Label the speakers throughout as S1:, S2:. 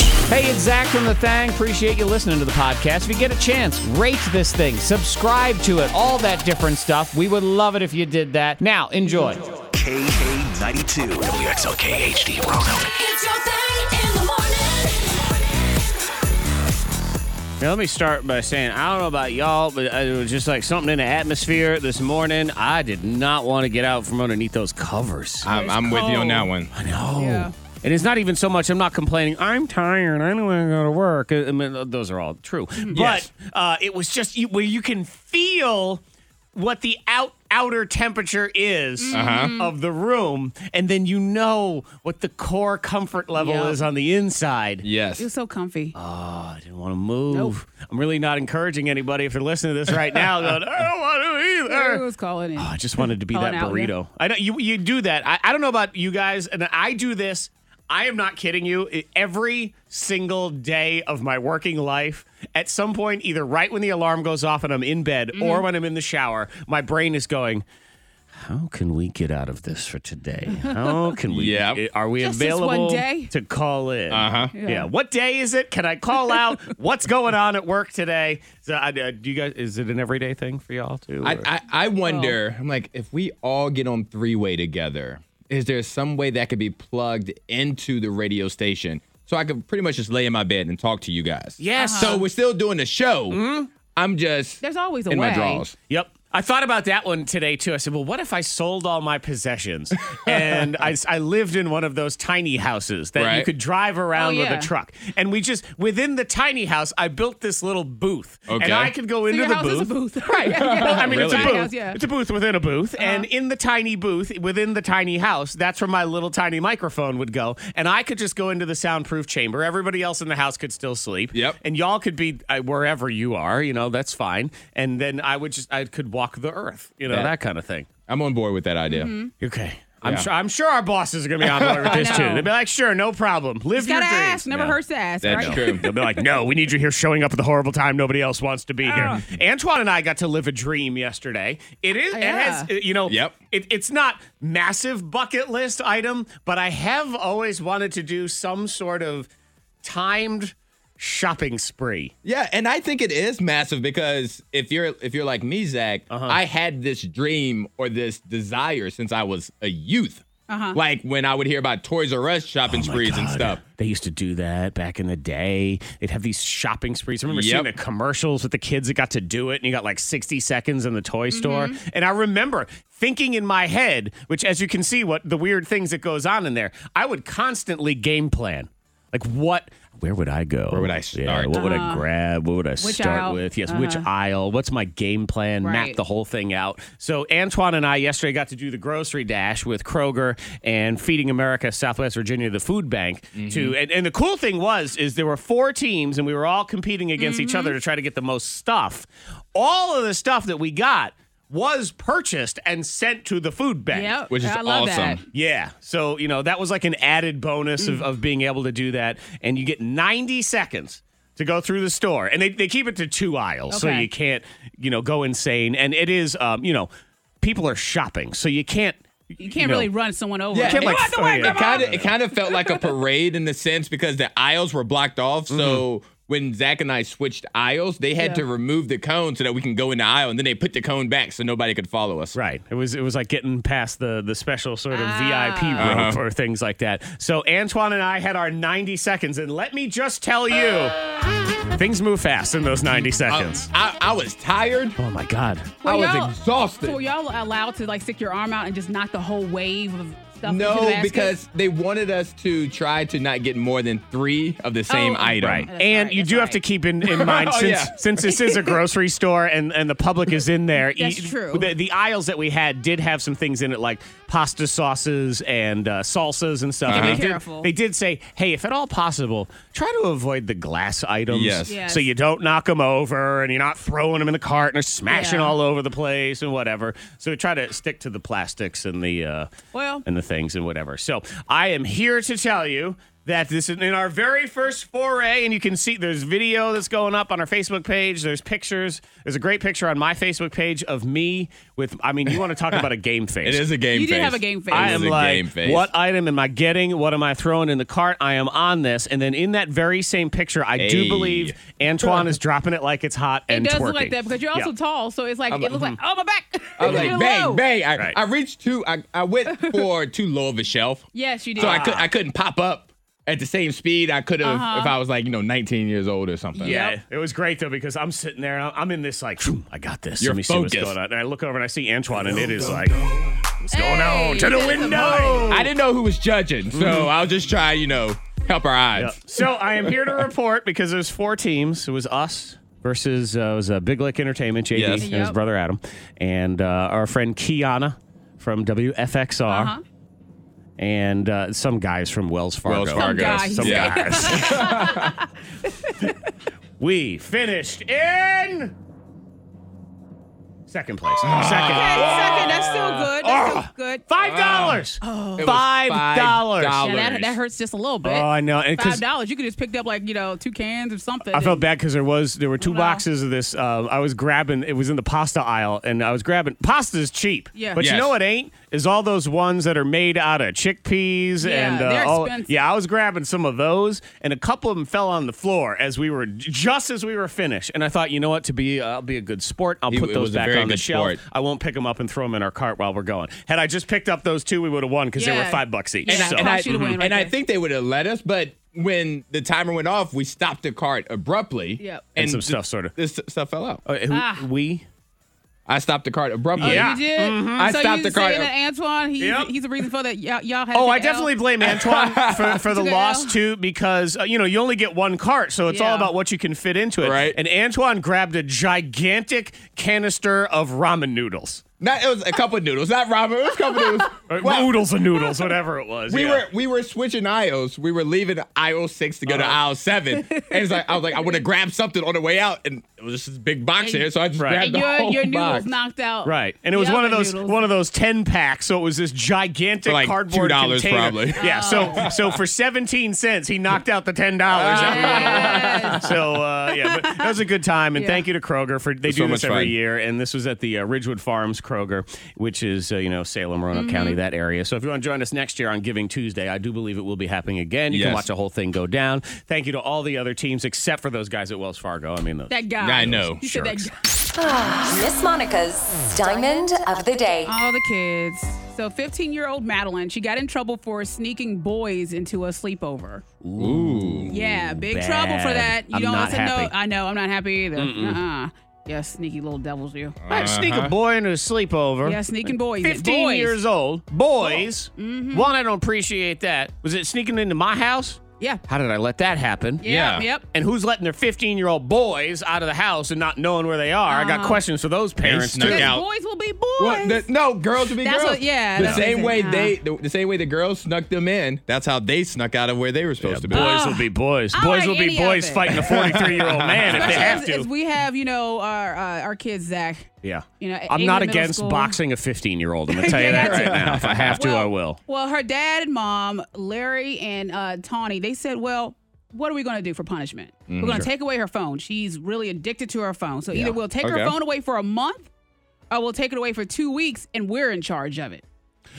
S1: Hey, it's Zach from The Thang. Appreciate you listening to the podcast. If you get a chance, rate this thing, subscribe to it, all that different stuff. We would love it if you did that. Now, enjoy.
S2: KA92, WXLKHD, Roanoke.
S3: It's your thing in the morning.
S4: Now, let me start by saying I don't know about y'all, but it was just like something in the atmosphere this morning. I did not want to get out from underneath those covers.
S5: I'm, I'm with you on that one.
S4: know. Oh, And it's not even so much. I'm not complaining. I'm tired. I don't want to go to work. I mean, those are all true.
S5: Yes.
S4: But uh, it was just you- where you can feel what the out outer temperature is of the room, and then you know what the core comfort level
S6: Yeah.
S4: is on the inside.
S5: Yes.
S6: It was so comfy.
S5: Uh,
S4: I didn't want to move. I'm really not encouraging anybody if they're listening to this right now. Going, I don't want to
S6: Everyone
S4: either.
S6: was calling in.
S5: uh,
S4: Oh, I just wanted to be
S6: Calling
S4: that
S6: out, yeah.
S4: burrito. I know you. You do that. I, I don't know about you guys, and I do this. I am not kidding you. I- Every single day of my working life, at some point, either right when the alarm goes off and I'm in bed,
S6: Mm-hmm.
S4: or when I'm in the shower, my brain is going. How can we get out of this for today? How can we? eh,
S5: Yep.
S4: Are we
S6: Just this one
S4: available
S6: day?
S4: to call in?
S5: Uh-huh.
S4: Yeah. What day is it? Can I call out? What's going on at work today? So, I, uh, do you guys? Is it an everyday thing for y'all too?
S5: I,
S4: or-
S5: I, I wonder, I'm like, if we all get on three way together, is there some way that could be plugged into the radio station? So I could pretty much just lay in my bed and talk to you guys.
S4: Yes.
S5: So we're still doing the show. I'm just
S6: There's always a
S5: in
S6: way.
S5: my drawers.
S4: Yep. I thought about that one today too. I said, well, what if I sold all my possessions and I, I lived in one of those tiny houses that you
S5: Right.
S4: could drive around
S6: Oh, yeah.
S4: with a truck? And we just, within the tiny house, I built this little booth.
S5: Okay.
S4: And I could go into
S6: your
S4: the
S6: house is
S4: booth.
S6: a booth.
S4: Right.
S6: Yeah, yeah.
S4: Well, I mean, it's a
S5: Really?
S4: booth.
S6: House, yeah.
S4: It's a booth within a booth.
S6: Uh-huh.
S4: And in the tiny booth, within the tiny house, that's where my little tiny microphone would go. And I could just go into the soundproof chamber. Everybody else in the house could still sleep.
S5: Yep.
S4: And y'all could be uh, wherever you are, you know, that's fine. And then I would just, I could walk the earth, you know,
S5: That-
S4: that kind of thing.
S5: I'm on board with that idea.
S4: Okay. I'm
S5: Yeah.
S4: sure. I'm sure our bosses are going to be on board with this too.
S6: know.
S4: They'd be like, "Sure, no problem. Live your
S6: Gotta
S4: dreams."
S6: ask. Never
S4: No.
S6: hurts to ask.
S5: That's
S6: right?
S5: true.
S4: They'll be like, no, we need you here showing up at the horrible time nobody else wants to be here. Antoine and I got to live a dream yesterday. It is,
S6: Yeah.
S4: it has, uh, you know,
S5: Yep.
S4: it, it's not massive bucket list item, but I have always wanted to do some sort of timed shopping spree.
S5: Yeah, and I think it is massive because if you're if you're like me, Zach, I had this dream or this desire since I was a youth. Like when I would hear about Toys R Us shopping sprees and stuff.
S4: They used to do that back in the day. They'd have these shopping sprees. I remember
S5: Yep.
S4: seeing the commercials with the kids that got to do it, and you got like 60 seconds in the toy store.
S6: Mm-hmm.
S4: And I remember thinking in my head, which as you can see, what the weird things that goes on in there, I would constantly game plan. Like what where would I go? Where
S5: would I
S4: Yeah,
S5: start?
S4: what would I grab? What would I start
S6: Uh-huh. aisle? Uh-huh.
S4: with? Yes, which aisle? What's my game plan? Map
S6: Right.
S4: the whole thing out. So Antoine and I yesterday got to do the grocery dash with Kroger and Feeding America Southwest Virginia, the food bank. To and, and the cool thing was is there were four teams and we were all competing against each other to try to get the most stuff. All of the stuff that we got was purchased and sent to the food bank.
S6: Yep.
S5: Which is
S6: I love That.
S5: awesome.
S4: Yeah. So, you know, that was like an added bonus of, of being able to do that. And you get 90 seconds to go through the store. And they, they keep it to two aisles. So
S6: Okay.
S4: you can't, you know, go insane. And it is, um, you know, people are shopping. So you can't.
S6: You can't really run someone over.
S5: Yeah,
S6: Get
S5: like-
S6: out the way,
S4: oh, yeah.
S6: grandma.
S5: It kind of it kind of felt like a parade in the sense because the aisles were blocked off. So
S4: Mm-hmm.
S5: when Zach and I switched aisles, they had
S6: Yeah.
S5: to remove the cone so that we can go in the aisle, and then they put the cone back so nobody could follow us.
S4: Right. It was it was like getting past the the special sort of
S6: Ah.
S4: VIP rope or things like that. So Antoine and I had our 90 seconds and let me just tell you things move fast in those 90 seconds.
S5: I, I was tired.
S4: oh my god.
S5: I
S6: Well,
S5: was
S6: y'all-
S5: exhausted.
S6: So y'all allowed to like stick your arm out and just knock the whole wave of stuff? into the
S5: No,
S6: basket?
S5: because they wanted us to try to not get more than three of the same
S6: Oh,
S5: item.
S4: Right.
S6: That's
S4: and
S6: right,
S4: you
S6: that's
S4: do have
S6: right.
S4: to keep in, in mind
S5: Oh,
S4: since
S5: yeah.
S4: since this is a grocery store and, and the public is in there.
S6: That's
S4: e-
S6: true.
S4: The, the aisles that we had did have some things in it like pasta sauces and uh, salsas and stuff.
S6: Yeah, be
S4: And they, did,
S6: careful.
S4: they did say, hey, if at all possible, try to avoid the glass items
S5: Yes.
S6: Yes.
S4: so you don't knock them over and you're not throwing them in the cart and they're smashing
S6: Yeah.
S4: all over the place and whatever. So we try to stick to the plastics and the uh,
S6: Well-
S4: and the things and whatever. So I am here to tell you that this is in our very first foray, and you can see there's video that's going up on our Facebook page. There's pictures. There's a great picture on my Facebook page of me with. I mean, you want to talk about a game face?
S5: It is a game
S6: You
S5: face.
S6: did have a game face.
S5: It
S4: I
S5: is
S4: am
S5: a
S4: like,
S5: game face.
S4: what item am I getting? What am I throwing in the cart? I am on this, and then in that very same picture, I do
S5: Hey.
S4: believe Antoine is dropping it like it's hot
S6: It
S4: and
S6: does
S4: twerking.
S6: look like that because you're also
S4: Yeah.
S6: tall, so it's like it looks like oh my back.
S5: hmm. I was
S6: You're
S5: like,
S6: low.
S5: bang, bang. I,
S4: Right.
S5: I reached too. I, I went for too low of a shelf.
S6: Yes, you did.
S5: So I could
S4: Ah.
S5: I couldn't pop up at the same speed I could have if I was like, you know, 19 years old or something.
S4: Uh-huh. Yeah,
S6: Yep.
S4: it was great though because I'm sitting there and I'm- I'm in this like "Phew, I got this.
S5: You're
S4: Let me see what's
S5: focused.
S4: going on. And I look over and I see Antoine and it is like what's going
S6: Hey,
S4: on to the
S6: you got some
S4: window.
S5: I didn't know who was judging, so
S4: Mm-hmm.
S5: I'll just try, you know, help our
S4: Yep.
S5: odds.
S4: So I am here to report because there's four teams. It was us versus uh, it was uh, Big Lick Entertainment, JD
S5: Yes.
S4: and his
S6: Yep.
S4: brother Adam, and uh, our friend Kiana from WFXR,
S6: Uh-huh.
S4: and uh, some guys from Wells Fargo.
S5: Wells Fargo.
S6: guy,
S4: Some
S5: yeah.
S4: guys. we finished in second place.
S6: Okay,
S4: Second.
S6: second, that's still good. That's
S5: Oh.
S6: still good.
S4: Five dollars.
S5: It was
S4: Five dollars.
S5: $5.
S6: Yeah, that, that hurts just a little
S4: Oh,
S6: bit.
S4: I know. And 'cause-
S6: Five dollars, you could just picked up like you know two cans or something.
S4: I felt bad because there was there were two
S6: No.
S4: boxes of this. Uh, I was grabbing. It was in the pasta aisle, and I was grabbing. Pasta is cheap.
S6: Yeah.
S4: But you
S5: Yes.
S4: know what ain't is all those ones that are made out of chickpeas
S6: Yeah,
S4: and uh,
S6: they're
S4: all-
S6: expensive.
S4: yeah. I was grabbing some of those, and a couple of them fell on the floor as we were just as we were finished. And I thought, you know what, to be I'll be a good sport. I'll
S5: It-
S4: put
S5: it
S4: those
S5: was a
S4: back
S5: very
S4: on the
S5: good
S4: shelf.
S5: sport.
S4: I won't pick them up and throw them in our cart while we're going. Had I just picked up those two, we would have won because they were
S6: Yeah.
S4: five bucks each.
S6: And I-
S4: so.
S5: and I, Mm-hmm.
S6: Cost you to win right
S5: and I
S6: there.
S5: think they would have let us, but when the timer went off, we stopped the cart abruptly.
S6: Yep.
S4: And some stuff sorta-
S5: This stuff fell out.
S4: Uh, who-
S6: Ah.
S4: We
S5: I stopped the cart abruptly.
S4: Oh, Yeah. Mm-hmm.
S6: You did.
S5: I
S6: so
S5: stopped
S6: you
S5: the car.
S6: saying that Antoine, he,
S4: Yep.
S6: he's the reason for that. Y'all, y'all had. to
S4: Oh,
S6: take
S4: I
S6: a L?
S4: definitely blame Antoine for, for the
S6: Took a
S4: loss
S6: L.
S4: too, because uh, you know you only get one cart, so it's all
S6: Yeah.
S4: about what you can fit into it.
S5: Right.
S4: And Antoine grabbed a gigantic canister of ramen noodles,
S5: Not, it was a couple of noodles, not ramen. It was a couple of noodles.
S4: Or
S5: Wow.
S4: noodles and noodles, whatever it was.
S5: We
S4: yeah.
S5: were we were switching aisles. We were leaving aisle six to go
S4: Uh-huh.
S5: to aisle seven, and it's like I was like I would have grabbed something on the way out, and it was just this big box
S6: And-
S5: here, so I just
S4: Right.
S5: grabbed
S6: And
S5: the
S6: your
S5: whole
S6: your noodles
S5: box.
S6: knocked out.
S4: Oh, Right, and it was
S6: the
S4: one of
S6: other
S4: those
S6: noodles.
S4: one of those ten packs, so it was this gigantic
S5: For like
S4: cardboard
S5: $2
S4: container.
S5: probably.
S4: Yeah,
S6: Oh.
S4: so so for seventeen cents, he knocked out the ten dollars.
S6: Yes.
S4: so uh, yeah, but that was a good time, and thank you to Kroger for they
S5: was
S4: do
S5: so
S4: this
S5: much
S4: every
S5: fun.
S4: year, and this was at the uh, Ridgewood Farms Kroger, which is uh, you know Salem, Roanoke
S6: Mm-hmm.
S4: County, that area. So if you want to join us next year on Giving Tuesday, I do believe it will be happening again. You can
S5: Yes.
S4: watch the whole thing go down. Thank you to all the other teams except for those guys at Wells Fargo. I mean, those.
S6: That guy.
S5: I know.
S6: You said that guy.
S3: Miss Monica's Diamond of the Day.
S6: All the kids. So, 15 year old Madeline, she got in trouble for sneaking boys into a sleepover.
S5: Ooh,
S6: Yeah, big
S4: bad.
S6: trouble for that. You
S4: I'm
S6: don't
S4: not
S6: listen
S4: happy.
S6: to. I know, I'm not happy either. Uh-uh. Yeah, sneaky little devils, you.
S4: I'd
S5: Uh-huh.
S4: sneak a boy into a sleepover.
S6: Yeah, sneaking boys.
S4: 15
S6: boys. Mm-hmm.
S4: years old. Boys. One, I don't appreciate that. Was it sneaking into my house?
S6: Yeah.
S4: How did I let that happen?
S6: Yeah.
S5: Yeah.
S6: Yep.
S4: And who's letting their 15 year old boys out of the house and not knowing where they are? I
S6: Uh-huh.
S4: got questions for those parents,
S5: snuck
S4: too.
S5: out.
S6: Because boys will be boys.
S5: Well, the, no, girls would be
S6: That's
S5: girls.
S6: what- yeah,
S5: the
S6: that's what
S5: same
S6: I'm
S5: way
S6: saying. Uh-huh.
S5: they the, the same way the girls snuck them in. That's how they snuck out of where they were supposed to be.
S4: Boys will be boys.
S6: I
S4: boys
S6: like
S4: will
S6: any
S4: be
S6: of
S4: boys
S6: it.
S4: fighting a 43 year old man if they
S6: Especially
S4: have
S6: as,
S4: to.
S6: as we have, you know, our uh, our kids, Zach.
S4: yeah.
S6: you know,
S4: I'm
S6: in
S4: not
S6: the middle
S4: against
S6: school.
S4: boxing a 15 year old. I'm going to tell you that right now. If I have to, I will.
S6: Well, her dad and mom, Larry and uh, Tawny, they said, well, what are we going to do for punishment?
S4: Mm,
S6: We're going to take away her phone. She's really addicted to her phone. So either we'll take her
S5: Okay.
S6: phone away for a month or we'll take it away for two weeks and we're in charge of it.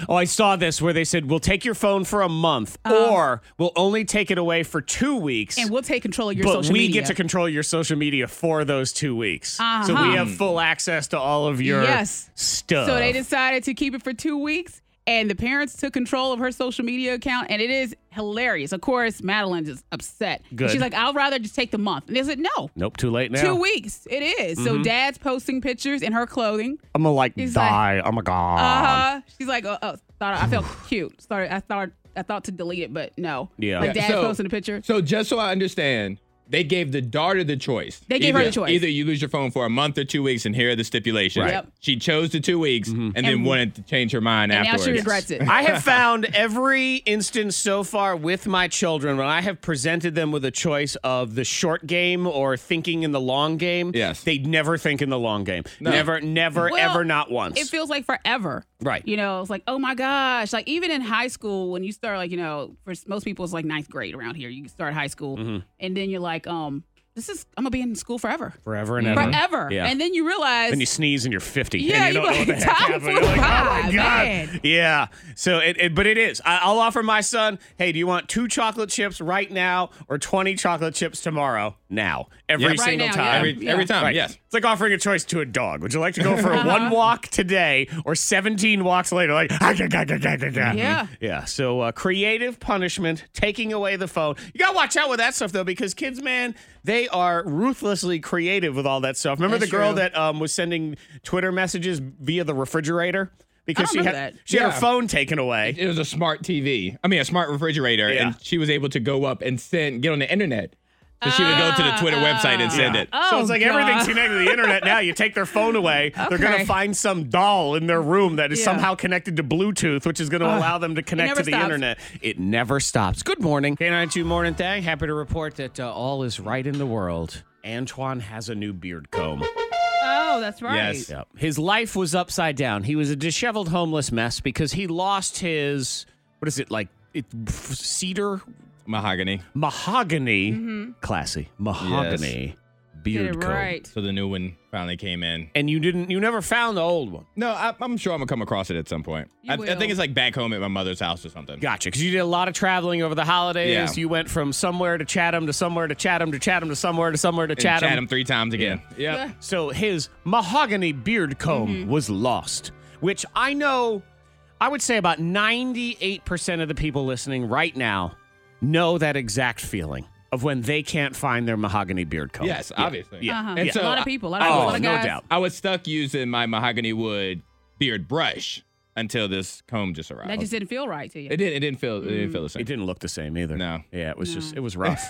S4: Oh, I saw this where they said, we'll take your phone for a month or we'll only take it away for two weeks.
S6: Uh-huh. And we'll take control of your
S4: but
S6: social
S4: we
S6: media.
S4: get to control your social media for those two weeks. So
S6: Uh-huh.
S4: we have full access to all of your
S6: Yes.
S4: stuff.
S6: So they decided to keep it for two weeks, and the parents took control of her social media account, and it is hilarious. Of course, Madeline is upset. And
S4: Good.
S6: She's like, I'd rather just take the month. And they said, No,
S4: Nope, too late now.
S6: two weeks. It is.
S4: Mm-hmm.
S6: So dad's posting pictures in her clothing.
S4: I'm gonna like
S6: He's
S4: die. oh my god.
S6: Uh huh. She's like, oh, oh, thought I felt cute. Sorry, I thought I thought to delete it, but no.
S4: Yeah.
S6: Like
S5: Yeah,
S6: dad
S5: so-
S6: posting a picture.
S5: So just so I understand, They gave the daughter the choice.
S6: They gave her
S5: Either-
S6: the choice.
S5: Either you lose your phone for a month or two weeks, and here are the stipulations.
S6: Right. Yep.
S5: She chose the two weeks
S4: Mm-hmm.
S5: and, then
S6: And-
S5: wanted to change her mind
S6: And now
S5: afterwards.
S6: she regrets it.
S4: I have found every instance so far with my children when I have presented them with a choice of the short game or thinking in the long game.
S5: Yes.
S4: They never think in the long game.
S5: No.
S4: Never, never,
S6: Well,
S4: ever, not once.
S6: It feels like forever.
S4: Right.
S6: You know, it's like, oh my gosh. Like, even in high school, when you start, like, you know, for s- most people, it's like ninth grade around here. You start high school,
S4: Mm-hmm.
S6: and then you're like, um, this is, I'm going to be in school forever.
S4: forever and ever.
S6: Forever.
S4: Mm-hmm. Yeah.
S6: And then you realize.
S4: and you sneeze and you're 50
S6: Yeah,
S4: and you
S6: you
S4: don't know
S6: go,
S4: what the heck
S6: "Time
S4: happened. You're like, oh my
S6: flew by,
S4: god.
S6: man."
S4: Yeah. So it, it- but it is. I, I'll offer my son, hey, do you want two chocolate chips right now or 20 chocolate chips tomorrow? Now. Every
S5: Right
S4: single
S6: now, yeah.
S4: time.
S5: Every,
S6: Yeah.
S5: every time,
S4: Right.
S5: yes.
S4: It's like offering a choice to a dog. Would you like to go for one walk today or 17 walks later? Like, "Ah, gah, gah, gah, gah, gah, gah."
S6: Yeah.
S4: Yeah. So uh, creative punishment, taking away the phone. You got to watch out with that stuff, though, because kids, man, they are ruthlessly creative with all that stuff. Remember
S6: That's
S4: the girl
S6: true.
S4: that um, was sending Twitter messages via the refrigerator? Because she had,
S6: remember that.
S4: she had her
S5: Yeah.
S4: phone taken away.
S5: It was a smart TV. I mean, a smart refrigerator,
S4: Yeah.
S5: and she was able to go up and send, get on the internet. So she would go to the Twitter website and send it.
S4: so
S6: Ah. Oh,
S4: it's like
S6: God.
S4: everything's connected to the internet now. You take their phone away, they're going to
S6: Okay.
S4: find some doll in their room that is
S6: Yeah.
S4: somehow connected to Bluetooth, which is going to allow them to connect
S6: never
S4: to the
S6: stops.
S4: internet. It never stops. Good morning. K92 Morning Thing. Happy to report that uh, all is right in the world. Antoine has a new beard comb.
S6: Oh, that's right.
S5: Yes.
S4: Yep. His life was upside down. He was a disheveled homeless mess because he lost his, what is it, like it, cedar
S5: Mahogany.
S4: mahogany, classy mahogany
S6: Did
S4: beard
S6: it
S4: comb.
S6: Mm-hmm. right.
S5: So the new one finally came in.
S4: And you didn't, you never found the old one.
S5: No, I, I'm sure I'm gonna come across it at some point.
S6: You
S5: I, I
S6: will.
S5: think it's like back home at my mother's house or something.
S4: Gotcha. Because you did a lot of traveling over the holidays.
S5: Yeah.
S4: You went from somewhere to Chatham to somewhere to Chatham to Chatham to somewhere to somewhere to
S5: And
S4: Chatham.
S5: Chatham three times again.
S6: Yeah.
S4: So his mahogany beard comb
S6: Mm-hmm.
S4: was lost, which I know, I would say about 98% of the people listening right now know that exact feeling of when they can't find their mahogany beard comb.
S5: Yes, obviously.
S4: Yeah.
S6: Uh-huh.
S5: And so
S6: a lot
S5: I-
S6: of people. A lot of, people, a
S4: Oh,
S6: lot of
S4: no
S6: guys.
S4: doubt.
S5: I was stuck using my mahogany wood beard brush until this comb just arrived.
S6: That just didn't feel right to you.
S5: it didn't. It didn't feel. It didn't feel the same.
S4: Mm. It didn't look the same either.
S5: No.
S4: Yeah, it was just, it was rough.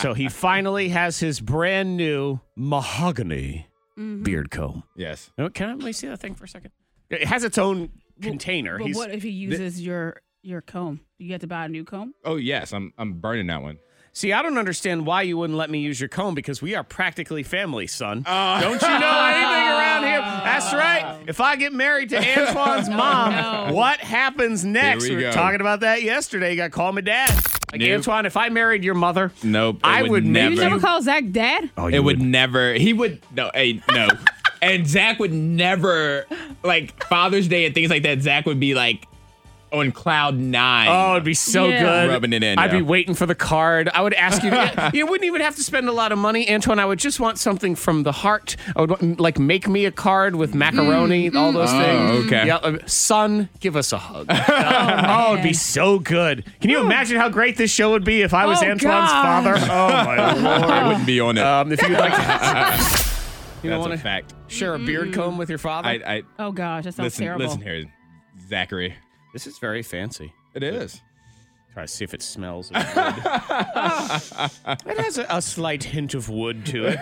S4: so he finally has his brand new mahogany
S6: Mm-hmm.
S4: beard comb.
S5: Yes.
S4: Oh, can I let me see that thing for a second? It has its own container.
S6: But
S4: He's-
S6: what if he uses your your comb? You have to buy a new comb?
S5: Oh yes. I'm. I'm burning that one.
S4: See, I don't understand why you wouldn't let me use your comb because we are practically family, son.
S5: Oh.
S4: don't you know anything around here? That's right. If I get married to Antoine's mom,
S6: no.
S4: what happens next?
S5: we
S4: were
S5: go.
S4: talking about that yesterday. You got to call me dad. Like
S5: Nope.
S4: Antoine, if I married your mother,
S5: Nope. it
S4: I would
S5: never.
S6: You never call Zach dad?
S4: oh,
S5: it would never. He would. No. Hey. No. and Zach would never. Like Father's Day and things like that. Zach would be like on cloud nine.
S4: Oh, it'd be so
S6: Yeah.
S4: good.
S5: Rubbing it in,
S4: I'd be
S5: yeah.
S4: waiting for the card. I would ask you. you wouldn't even have to spend a lot of money, Antoine. I would just want something from the heart. I would want, like make me a card with macaroni, all those things.
S5: okay.
S4: Yeah, uh, son, give us a hug. oh, it'd be so good. Can you imagine how great this show would be if I was
S6: Oh,
S4: Antoine's
S6: gosh.
S4: father? Oh my lord.
S5: I wouldn't be on
S6: Oh,
S5: it.
S4: Um, if you'd like to you
S5: That's
S4: want
S5: a
S4: to
S5: fact.
S4: share a beard comb with your father,
S5: I. I
S6: Oh gosh, that sounds
S5: listen.
S6: terrible.
S5: Listen here, Zachary.
S4: this is very fancy.
S5: It is.
S4: Try to see if it smells of wood. it has a, a slight hint of wood to it.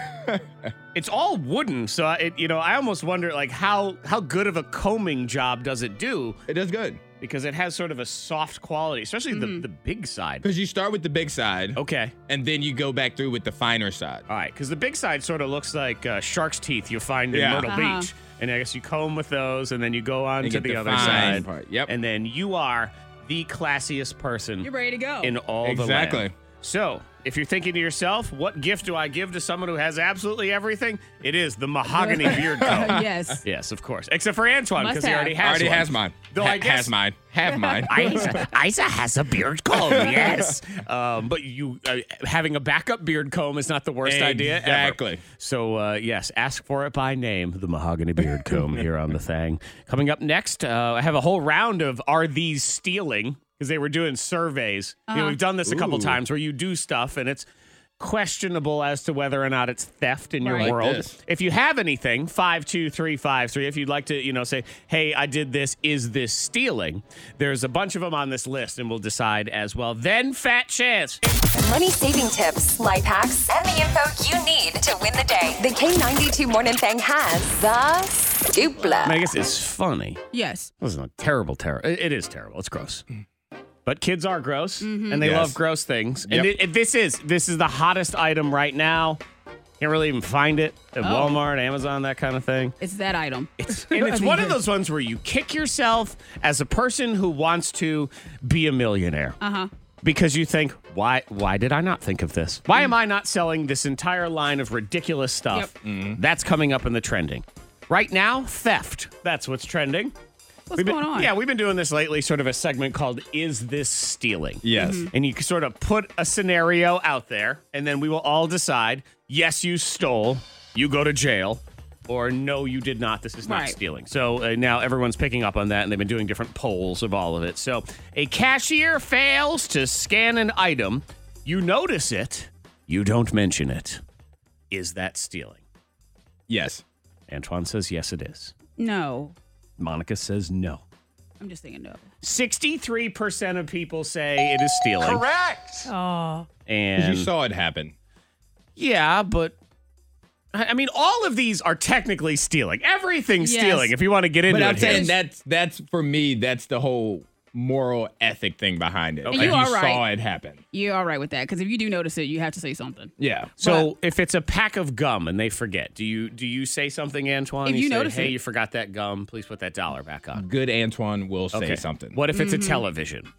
S4: It's all wooden, so I, it, you know I almost wonder like how how good of a combing job does it do
S5: It does good.
S4: because it has sort of a soft quality, especially
S5: Mm-hmm.
S4: the the big side.
S5: Because you start with the big side,
S4: Okay,
S5: and then you go back through with the finer side.
S4: all right, because the big side sort of looks like uh, shark's teeth you find in
S5: Yeah.
S4: Myrtle
S6: Uh-huh.
S4: Beach, and I guess you comb with those, and then you go on
S5: And
S4: to
S5: get
S4: the,
S5: the
S4: other
S5: fine
S4: side.
S5: part. Yep.
S4: and then you are the classiest person
S6: You're ready to go.
S4: in all the land.
S5: Exactly.
S4: So, if you're thinking to yourself, what gift do I give to someone who has absolutely everything? It is the mahogany beard comb.
S6: yes.
S4: Yes, of course. Except for Antoine,
S6: Must
S4: because he
S6: have.
S4: already has
S5: Already
S4: one.
S5: has mine.
S4: Though I
S5: Ha-
S4: guess-
S5: has mine. Have mine.
S4: Isa, Isa has a beard comb, yes. Um, but you uh, having a backup beard comb is not the worst idea. ever.
S5: Exactly.
S4: So uh, yes, ask for it by name, the mahogany beard comb here on the thing. Coming up next, uh, I have a whole round of are these stealing? Because they were doing surveys. You know, we've done this a couple times where you do stuff and it's questionable as to whether or not it's theft in your
S6: Right. Like
S4: world.
S5: this.
S4: If you have anything, 52353, if you'd like to, you know, say, hey, I did this, is this stealing? There's a bunch of them on this list, and we'll decide as well. Then, fat chance.
S3: Money saving tips, life hacks, and the info you need to win the day. The K92 Morning Thing has the scoopla.
S4: I guess it's funny.
S6: Yes.
S4: This is a terrible, terrible. It is terrible. It's gross. But kids are gross, and they
S5: Yes.
S4: love gross things.
S5: Yep.
S4: And it, it- this is this is the hottest item right now. Can't really even find it
S5: Oh.
S4: at Walmart, Amazon, that kind of thing.
S6: It's that item.
S4: It's, and it's one of those ones where you kick yourself as a person who wants to be a millionaire. Uh
S5: Uh-huh.
S4: huh. Because you think, why? Why did I not think of this? Why am I not selling this entire line of ridiculous stuff that's coming up in the trending right now? Theft. That's what's trending.
S6: What's
S4: We've been-
S6: going on?
S4: Yeah, we've been doing this lately, sort of a segment called Is This Stealing?
S5: Yes.
S6: Mm-hmm.
S5: Mhm.
S4: And you can sort of put a scenario out there, and then we will all decide yes, you stole, you go to jail, or no, you did not, this is not
S6: Right.
S4: stealing. So uh, now everyone's picking up on that, and they've been doing different polls of all of it. So a cashier fails to scan an item, you notice it, you don't mention it. Is that stealing?
S5: Yes.
S4: Antoine says yes, it is.
S6: No.
S4: Monica says no.
S6: I'm just thinking no.
S4: 63% of people say it is stealing. Correct.
S5: You
S4: And
S5: saw it happen.
S4: yeah, but I I mean, all of these are technically stealing. Everything's
S6: Yes.
S4: stealing if you want to get into
S5: But
S4: it.
S5: I'm
S4: here.
S5: saying that's that's for me, that's the whole moral ethic thing behind it. Like,
S6: you
S5: you
S6: are
S5: saw
S6: right.
S5: it happen.
S6: You're all right with that because if you do notice it, you have to say something.
S5: Yeah.
S4: so if it's a pack of gum and they forget, do you do you say something, Antoine?
S6: If
S4: say,
S6: you notice
S4: hey,
S6: it.
S4: you forgot that gum. Please put that dollar back on.
S5: Good Antoine will say something.
S4: What if it's
S6: Mm-hmm.
S4: a television?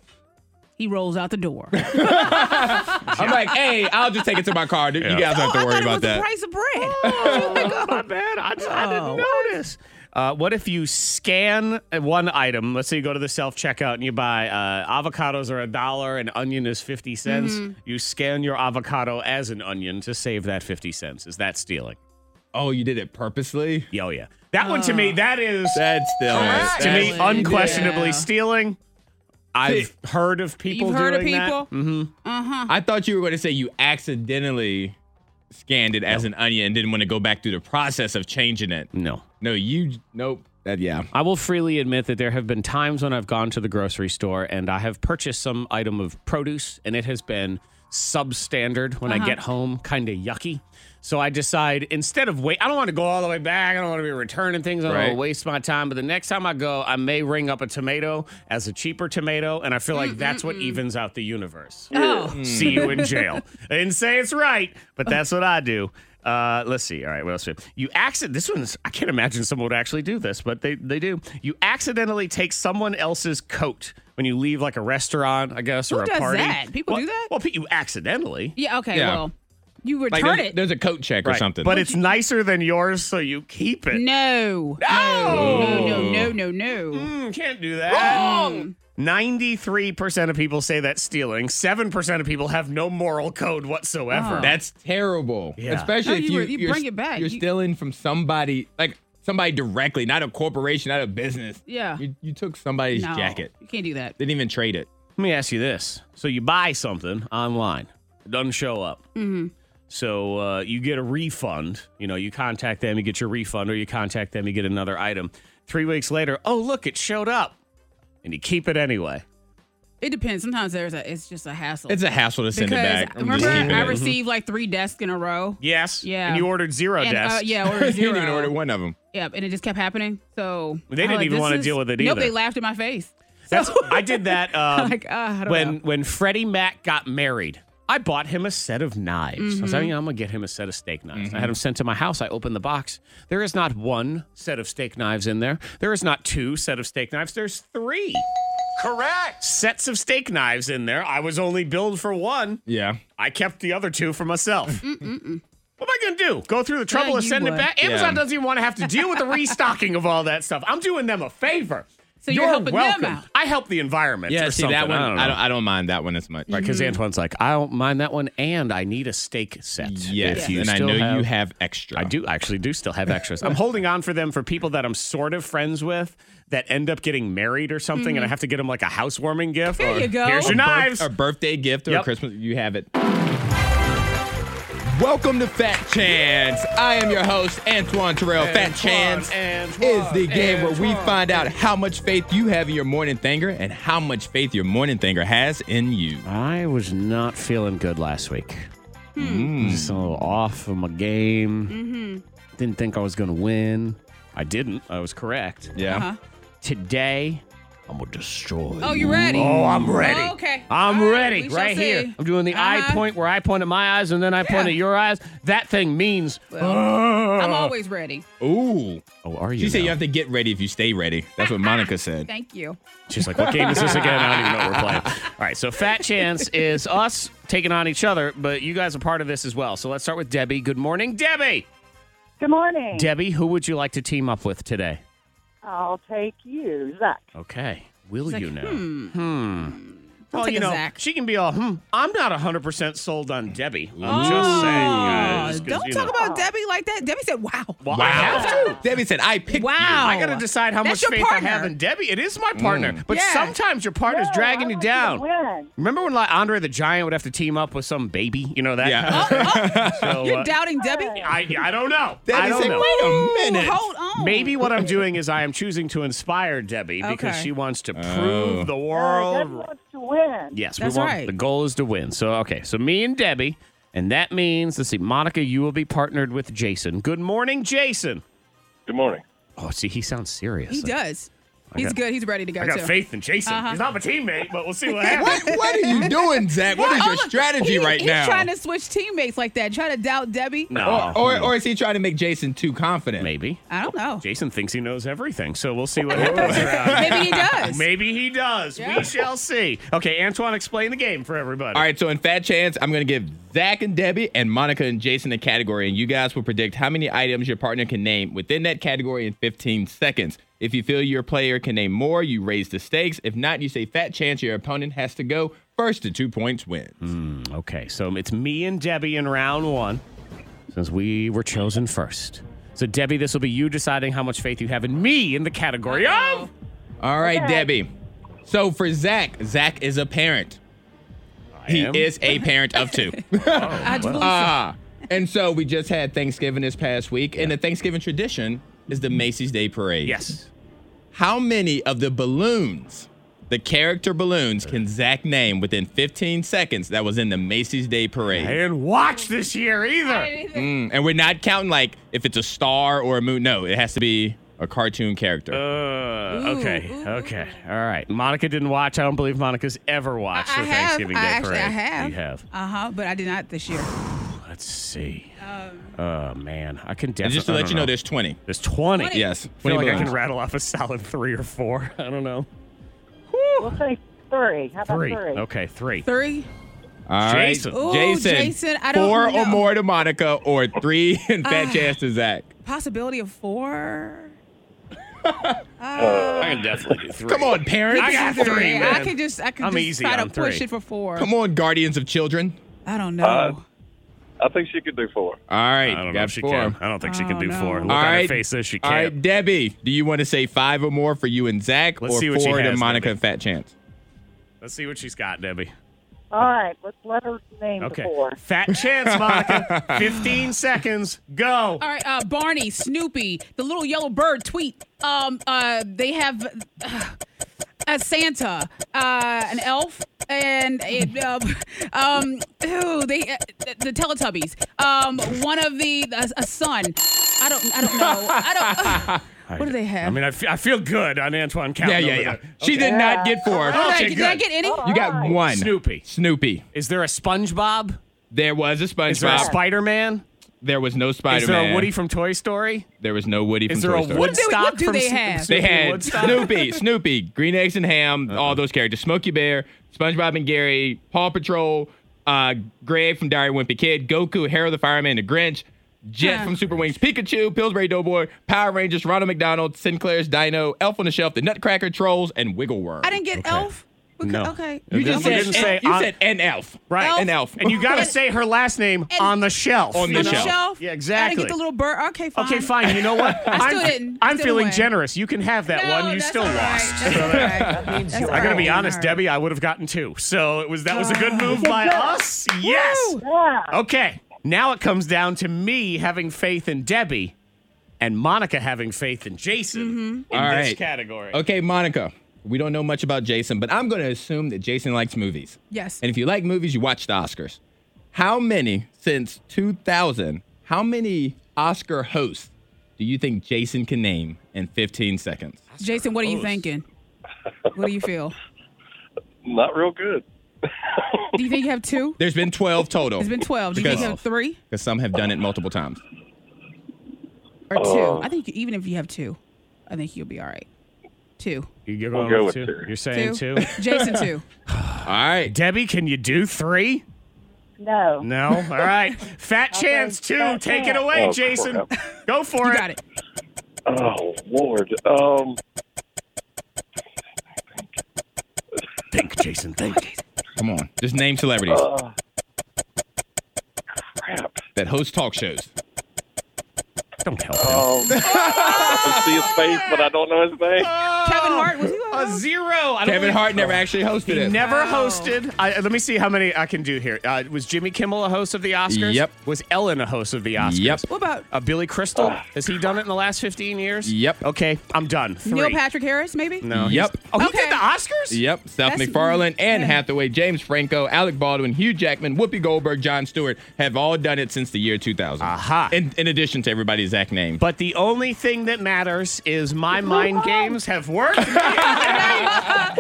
S6: He rolls out the door.
S5: I'm like, hey, I'll just take it to my car. You guys don't have to
S6: Oh, I
S5: worry
S6: thought it was
S5: about
S6: the
S5: that.
S6: price of bread. Oh
S4: My bad. I, I didn't notice. Uh, what if you scan uh, one item? Let's say you go to the self checkout and you buy uh, avocados are a dollar and onion is 50 cents.
S6: Mm-hmm.
S4: You scan your avocado as an onion to save that 50 cents. Is that stealing?
S5: Oh, you did it purposely?
S4: Yo, yeah. That one to
S6: Oh.
S4: me, that is
S5: That's still
S4: to me
S6: Stealing.
S4: unquestionably
S6: Yeah.
S4: stealing. I've heard of people
S6: You've heard of
S4: doing that.
S6: people?
S5: I thought you were going to say you accidentally scanned it as an onion and didn't want to go back through the process of changing it.
S4: No.
S5: No, you nope. That yeah.
S4: I will freely admit that there have been times when I've gone to the grocery store and I have purchased some item of produce and it has been substandard when I get home, kind of yucky. So I decide instead of wait, I don't want to go all the way back. I don't want to be returning things. I don't want
S5: Right.
S4: to waste my time. But the next time I go, I may ring up a tomato as a cheaper tomato, and I feel like that's what evens out the universe.
S6: Oh.
S4: Hmm. See you in jail. I didn't say it's right, but that's what I do. Uh, let's see. All right, what else? we have? You accident. This one's. I can't imagine someone would actually do this, but they they do. You accidentally take someone else's coat when you leave, like a restaurant, I guess, or a
S6: does
S4: party.
S6: that? People
S4: Well-
S6: do that?
S4: Well, Pete, you accidentally.
S6: Yeah. Okay.
S5: Yeah.
S6: Well, you
S5: Like
S6: return
S5: there's,
S6: it.
S5: there's a coat check or
S4: Right.
S5: something.
S4: But it's nicer than yours, so you keep it.
S6: no. No. No. No. No. No.
S4: Mm, can't do that. Wrong. Ninety-three percent of people say that's stealing. Seven percent of people have no moral code whatsoever.
S6: Oh.
S5: that's terrible.
S4: Yeah.
S5: Especially
S6: No,
S5: if
S6: you
S5: you,
S6: were- you
S5: you're
S6: bring
S5: s-
S6: it back.
S5: You're
S6: You-
S5: stealing from somebody like somebody directly, not a corporation, not a business.
S6: Yeah.
S5: You, you took somebody's
S6: No.
S5: jacket.
S6: You can't do that.
S5: Didn't even trade it.
S4: Let me ask you this. So you buy something online, it doesn't show up. Mm-hmm. So uh, you get a refund. You know, you contact them, you get your refund, or you contact them, you get another item. Three weeks later, oh, look, it showed up. And you keep it anyway.
S6: It depends. Sometimes there's a. It's just a hassle.
S5: It's a hassle to send
S6: because
S5: it back. I'm
S6: remember
S5: just keeping
S6: I
S4: Mm-hmm.
S5: it.
S6: received like three desks in a row.
S4: Yes.
S6: Yeah.
S4: And you ordered zero
S6: And,
S4: desks.
S6: uh, yeah,
S5: you
S6: order
S5: didn't
S6: zero.
S5: even order one of them.
S6: Yep, and it just kept happening. So
S4: They didn't
S6: I'm like,
S4: even
S6: this
S4: wanna
S6: is-
S4: deal with it
S6: Nope,
S4: either.
S6: they laughed in my face.
S4: That's, I did that um,
S6: Like, uh, I don't
S4: when
S6: know.
S4: when Freddie Mac got married. I bought him a set of knives. I
S6: Mm-hmm.
S4: was like, "Yeah, I'm gonna get him a set of steak knives. I had them sent to my house. I opened the box. There is not one set of steak knives in there. There is not two set of steak knives. There's three. Correct. Sets of steak knives in there. I was only billed for one.
S5: Yeah.
S4: I kept the other two for myself.
S6: Mm,
S4: What am I going to do? Go through the trouble of
S6: you
S4: sending it
S6: would.
S4: back? Amazon
S5: Yeah.
S4: doesn't even want to have to deal with the restocking of all that stuff. I'm doing them a favor.
S6: So you're helping them out.
S4: I help the environment.
S5: Yeah,
S4: or
S5: see
S4: something.
S5: that one.
S4: I don't know.
S5: I don't, mm. I don't mind that one as much.
S6: Mm-hmm.
S4: Right, because Antoine's like, I don't mind that one, and I need a steak set.
S5: Yes,
S4: If you
S5: and I
S4: still
S5: know you have extra.
S4: I do actually do still have extras. I'm holding on for them for people that I'm sort of friends with that end up getting married or something, and I have to get them like a housewarming gift.
S6: Mm-hmm. There
S4: or,
S6: you go.
S4: Here's your
S6: A
S5: Birth-
S4: knives.
S5: a birthday gift or
S4: Yep.
S5: a Christmas. You have it. Welcome to Fat Chance. I am your host, Antoine Terrell. Fat Chance is the game where we find out how much faith you have in your morning thanger and how much faith your morning thanger has in you.
S4: I was not feeling good last week.
S6: Hmm.
S4: Just a little off of my game.
S6: Mm-hmm.
S4: Didn't think I was going to win. I didn't. I was correct.
S5: Yeah.
S6: Uh-huh.
S4: Today, I'm going to destroy.
S6: Oh, you ready?
S4: Oh, I'm ready.
S6: Oh, okay.
S4: I'm
S6: All right,
S4: ready
S6: we shall
S4: right here.
S6: see.
S4: I'm doing the eye
S6: Uh-huh.
S4: point where I point at my eyes and then I point
S6: Yeah.
S4: at your eyes. That thing means.
S6: I'm always ready.
S5: Ah. Ooh.
S4: Oh, are you?
S5: She said
S4: now?
S5: you have to get ready if you stay ready. That's what Monica said.
S6: Thank you.
S4: She's like, what game is this again? I don't even know what we're playing. All right, so Fat Chance is us taking on each other, but you guys are part of this as well. So let's start with Debbie. Good morning, Debbie.
S7: Good morning.
S4: Debbie, who would you like to team up with today?
S7: I'll take you, Zach.
S4: Okay. Will you now? Hmm.
S6: I'll
S4: Well,
S6: take
S4: you
S6: a
S4: know,
S6: Zach.
S4: she can be all, hmm, I'm not 100% sold on Debbie. I'm just saying.
S6: Oh,
S4: Uh, just 'cause,
S6: don't
S4: you
S6: talk
S4: know.
S6: about Debbie like that. Debbie said, "Wow,
S4: Well, I have to.
S5: Debbie said, I picked
S6: wow."
S4: I got to decide how
S6: Oh, That's
S4: much
S6: your
S4: faith
S6: partner.
S4: I have in Debbie. It is my partner. But
S6: Yeah.
S4: sometimes your partner's
S7: No,
S4: dragging
S7: I
S4: you
S7: want
S4: down.
S7: to win.
S4: Remember when like Andre the Giant would have to team up with some baby? You know that?
S5: Yeah.
S6: Oh.
S4: kind of- so,
S6: You're
S4: uh,
S6: doubting Debbie?
S4: I, I don't know.
S5: Debbie
S4: I don't
S5: said,
S4: know.
S5: wait a minute.
S6: Hold on.
S4: Maybe what I'm doing is I am choosing to inspire Debbie because
S6: Okay.
S4: she wants to prove the
S7: Uh,
S4: world.
S7: Debbie wants to win.
S4: Yes,
S6: That's
S4: we want
S6: right.
S4: the goal is to win. So okay, so me and Debbie, and that means let's see, Monica, you will be partnered with Jason. Good morning, Jason.
S8: Good morning.
S4: Oh, see, he sounds serious.
S6: He does. He's
S4: got-
S6: good. He's ready to go
S4: I got
S6: too. Uh-huh.
S4: faith in Jason. He's not my teammate, but we'll see what happens.
S5: What, what are you doing, Zach? What is
S6: Oh,
S5: your
S6: look,
S5: strategy
S6: he-
S5: right
S6: he's
S5: now?
S6: trying to switch teammates like that. Trying to doubt Debbie.
S4: No,
S5: or, or, or is he trying to make Jason too confident?
S4: maybe
S6: I don't know.
S4: Jason thinks he knows everything. So we'll see what
S5: Oh.
S4: happens. around.
S6: Maybe he does.
S4: Maybe he does.
S6: Yeah.
S4: We shall see. Okay, Antoine, explain the game for everybody.
S5: All right, so in Fat Chance, I'm going to give Zach and Debbie and Monica and Jason a category, and you guys will predict how many items your partner can name within that category in 15 seconds. If you feel your player can name more, you raise the stakes. If not, you say Fat Chance, your opponent has to go first to two points wins.
S4: Okay, so it's me and Debbie in round one, since we were chosen first. So Debbie, this will be you deciding how much faith you have in me in the category of.
S5: All right, Debbie. So for Zach, Zach is a parent. He
S4: am?
S5: is a parent of two.
S6: I do believe
S5: Ah, and so we just had Thanksgiving this past week, and the Thanksgiving tradition is the Macy's Day Parade.
S4: Yes.
S5: How many of the balloons, the character balloons, can Zach name within 15 seconds that was in the Macy's Day Parade?
S4: I didn't watch this year either.
S6: so.
S5: Mm, And we're not counting like if it's a star or a moon. No, it has to be a cartoon character.
S4: Uh, okay, okay, all right. Monica didn't watch. I don't believe Monica's ever watched
S6: I
S4: the
S6: have.
S4: Thanksgiving
S6: I
S4: Day
S6: actually-
S4: parade.
S6: I have.
S4: You have.
S6: Uh huh. But I did not this year.
S4: Let's see.
S6: Um,
S4: oh man, I can definitely.
S5: and just to
S4: I
S5: let
S4: don't
S5: you know,
S4: know,
S5: there's 20.
S4: there's 20.
S5: Yes.
S4: I feel
S5: 20
S4: like I can
S5: balloons.
S4: rattle off a solid three or four. I don't know.
S7: We'll say three. How about
S4: Three.
S7: three?
S4: Okay, three.
S6: Three.
S5: All right.
S4: Jason.
S6: Ooh,
S5: Jason.
S6: Jason, I don't
S5: four
S6: know. Uh,
S5: or more to Monica, or three and fat chance to Zach.
S6: Possibility of four.
S4: I can definitely do three.
S5: Come on, parents.
S4: I got three,
S6: Yeah,
S4: man.
S6: I could just. I could
S4: I'm
S6: just
S4: easy
S6: try to
S4: on
S6: push
S4: three. Uh,
S6: it for four.
S5: Come on, guardians of children.
S6: I don't know.
S8: I think she could do four.
S5: All right.
S4: I don't know
S5: got
S4: if she
S5: four.
S4: can. I don't think she
S6: Oh,
S4: can do
S6: no.
S4: four. Look
S5: All
S4: on
S5: right.
S4: her face, says she
S5: All
S4: can't.
S5: right, Debbie, do you want to say five or more for you and Zach,
S4: Let's
S5: or
S4: see what she
S5: four to
S4: has,
S5: Monica
S4: Debbie.
S5: and Fat Chance?
S4: Let's see what she's got, Debbie.
S7: All right. Let's let her name
S4: Okay.
S7: the four.
S4: Fat chance, Monica. 15 seconds. Go.
S6: All right, uh, Barney, Snoopy, the little yellow bird tweet. Um, uh, they have uh, a Santa, uh, an elf, and it, um, um, ew, they uh, the Teletubbies. Um, one of the a, a son. I don't, I don't know. I don't. what do they have?
S4: I mean, I fe- I feel good on Antoine Count.
S5: Yeah, yeah,
S4: over
S5: yeah.
S4: there.
S5: She did not get four.
S6: All right,
S4: okay,
S6: did I
S4: good.
S6: get any?
S5: You got one.
S4: Snoopy.
S5: Snoopy.
S4: Is there a SpongeBob?
S5: There was a SpongeBob.
S4: Is there a Spider Man?
S5: there was no Spider
S4: Is there
S5: Man.
S4: a Woody from Toy Story?
S5: there was no Woody
S4: Is
S5: from
S4: there a
S5: Toy Story.
S6: What do-
S4: Woodstock
S6: what do
S4: from
S6: they
S4: Snoop-
S6: have?
S5: they
S4: Snoopy
S5: had
S4: Woodstock?
S5: Snoopy, Snoopy, Green Eggs and Ham, all those characters. Smokey Bear, SpongeBob and Gary, Paw Patrol, uh, Greg from Diary of a Wimpy Kid, Goku, Harold the Fireman, the Grinch, Jet from Super Wings, Pikachu, Pillsbury Doughboy, Power Rangers, Ronald McDonald, Sinclair's Dino, Elf on the Shelf, the Nutcracker, Trolls, and Wiggleworm.
S6: I didn't get elf. We could-
S4: No.
S6: Okay.
S5: You just
S4: We
S5: said,
S4: didn't
S5: an-
S4: say
S5: you
S4: on-
S5: said an elf,
S4: Right.
S5: An elf,
S4: And you got to say her last name on the shelf.
S5: On the
S4: you
S6: On the
S5: shelf.
S6: shelf.
S4: Yeah,
S6: I didn't
S4: exactly.
S6: get the little bird. Okay, fine.
S4: Okay, fine. You know what? I
S6: still didn't. I
S4: I'm
S6: still
S4: feeling
S6: win.
S4: generous. You can have that
S6: No,
S4: one. You
S6: that's
S4: still
S6: all right.
S4: lost.
S6: That's all right. That's all
S4: I gotta
S6: right.
S4: be honest,
S6: All right.
S4: Debbie. I would have gotten two, so it was that was a good move by us. Yes.
S7: Yeah.
S4: Okay. Now it comes down to me having faith in Debbie and Monica having faith in Jason in
S5: All
S4: this
S5: right.
S4: category.
S5: Okay, Monica. We don't know much about Jason, but I'm going to assume that Jason likes movies.
S6: Yes.
S5: And if you like movies, you watch the Oscars. How many since 2000? How many Oscar hosts do you think Jason can name in 15 seconds?
S6: Jason, what are you thinking? What do you feel?
S8: Not real good.
S6: Do you think you have two?
S5: There's been 12 total.
S6: It's been 12. Do you think you have
S5: Because
S6: three
S5: 'cause some have done it multiple times.
S6: or two? I think you- even if you have two, I think you'll be all right. Two.
S4: You're
S8: We'll
S4: going
S8: go
S4: with
S8: with
S4: two?
S8: two.
S4: You're saying two?
S6: Jason, two.
S5: All right.
S4: Debbie, can you do three?
S7: No.
S4: No. All right. Fat chance two.
S7: Fat
S4: Take it
S7: chance.
S4: away,
S8: Oh,
S4: Jason.
S8: crap.
S4: Go for
S6: You
S4: it.
S6: got it.
S8: Oh Lord. Um.
S4: Think, Jason. Think.
S5: Come on. Just name celebrities
S8: Crap.
S5: that host talk shows.
S4: Don't help him.
S8: Um. I can see his face, but I don't know his name.
S6: Kevin Hart was he?
S8: Oh.
S6: uh,
S4: A zero. I don't
S5: Kevin
S4: believe-
S5: Hart never actually hosted
S4: He
S5: it.
S4: never
S6: Wow.
S4: hosted. I, let me see how many I can do here. Uh, was Jimmy Kimmel a host of the Oscars?
S5: Yep.
S4: Was Ellen a host of the Oscars?
S5: Yep.
S6: What about
S4: Uh, Billy Crystal? Has he done it in the last 15 years?
S5: Yep.
S4: Okay, I'm done. Three.
S6: Neil Patrick Harris? Maybe.
S4: No. he's-
S5: Yep.
S4: Oh, he
S6: Okay.
S4: did the Oscars?
S5: Yep, Seth
S6: That's-
S5: MacFarlane, Anne
S6: yeah.
S5: Hathaway, James Franco, Alec Baldwin, Hugh Jackman, Whoopi Goldberg, John Stewart have all done it since the year 2000.
S4: Aha.
S5: In, in addition to everybody's act name.
S4: But the only thing that matters is my mind games have worked.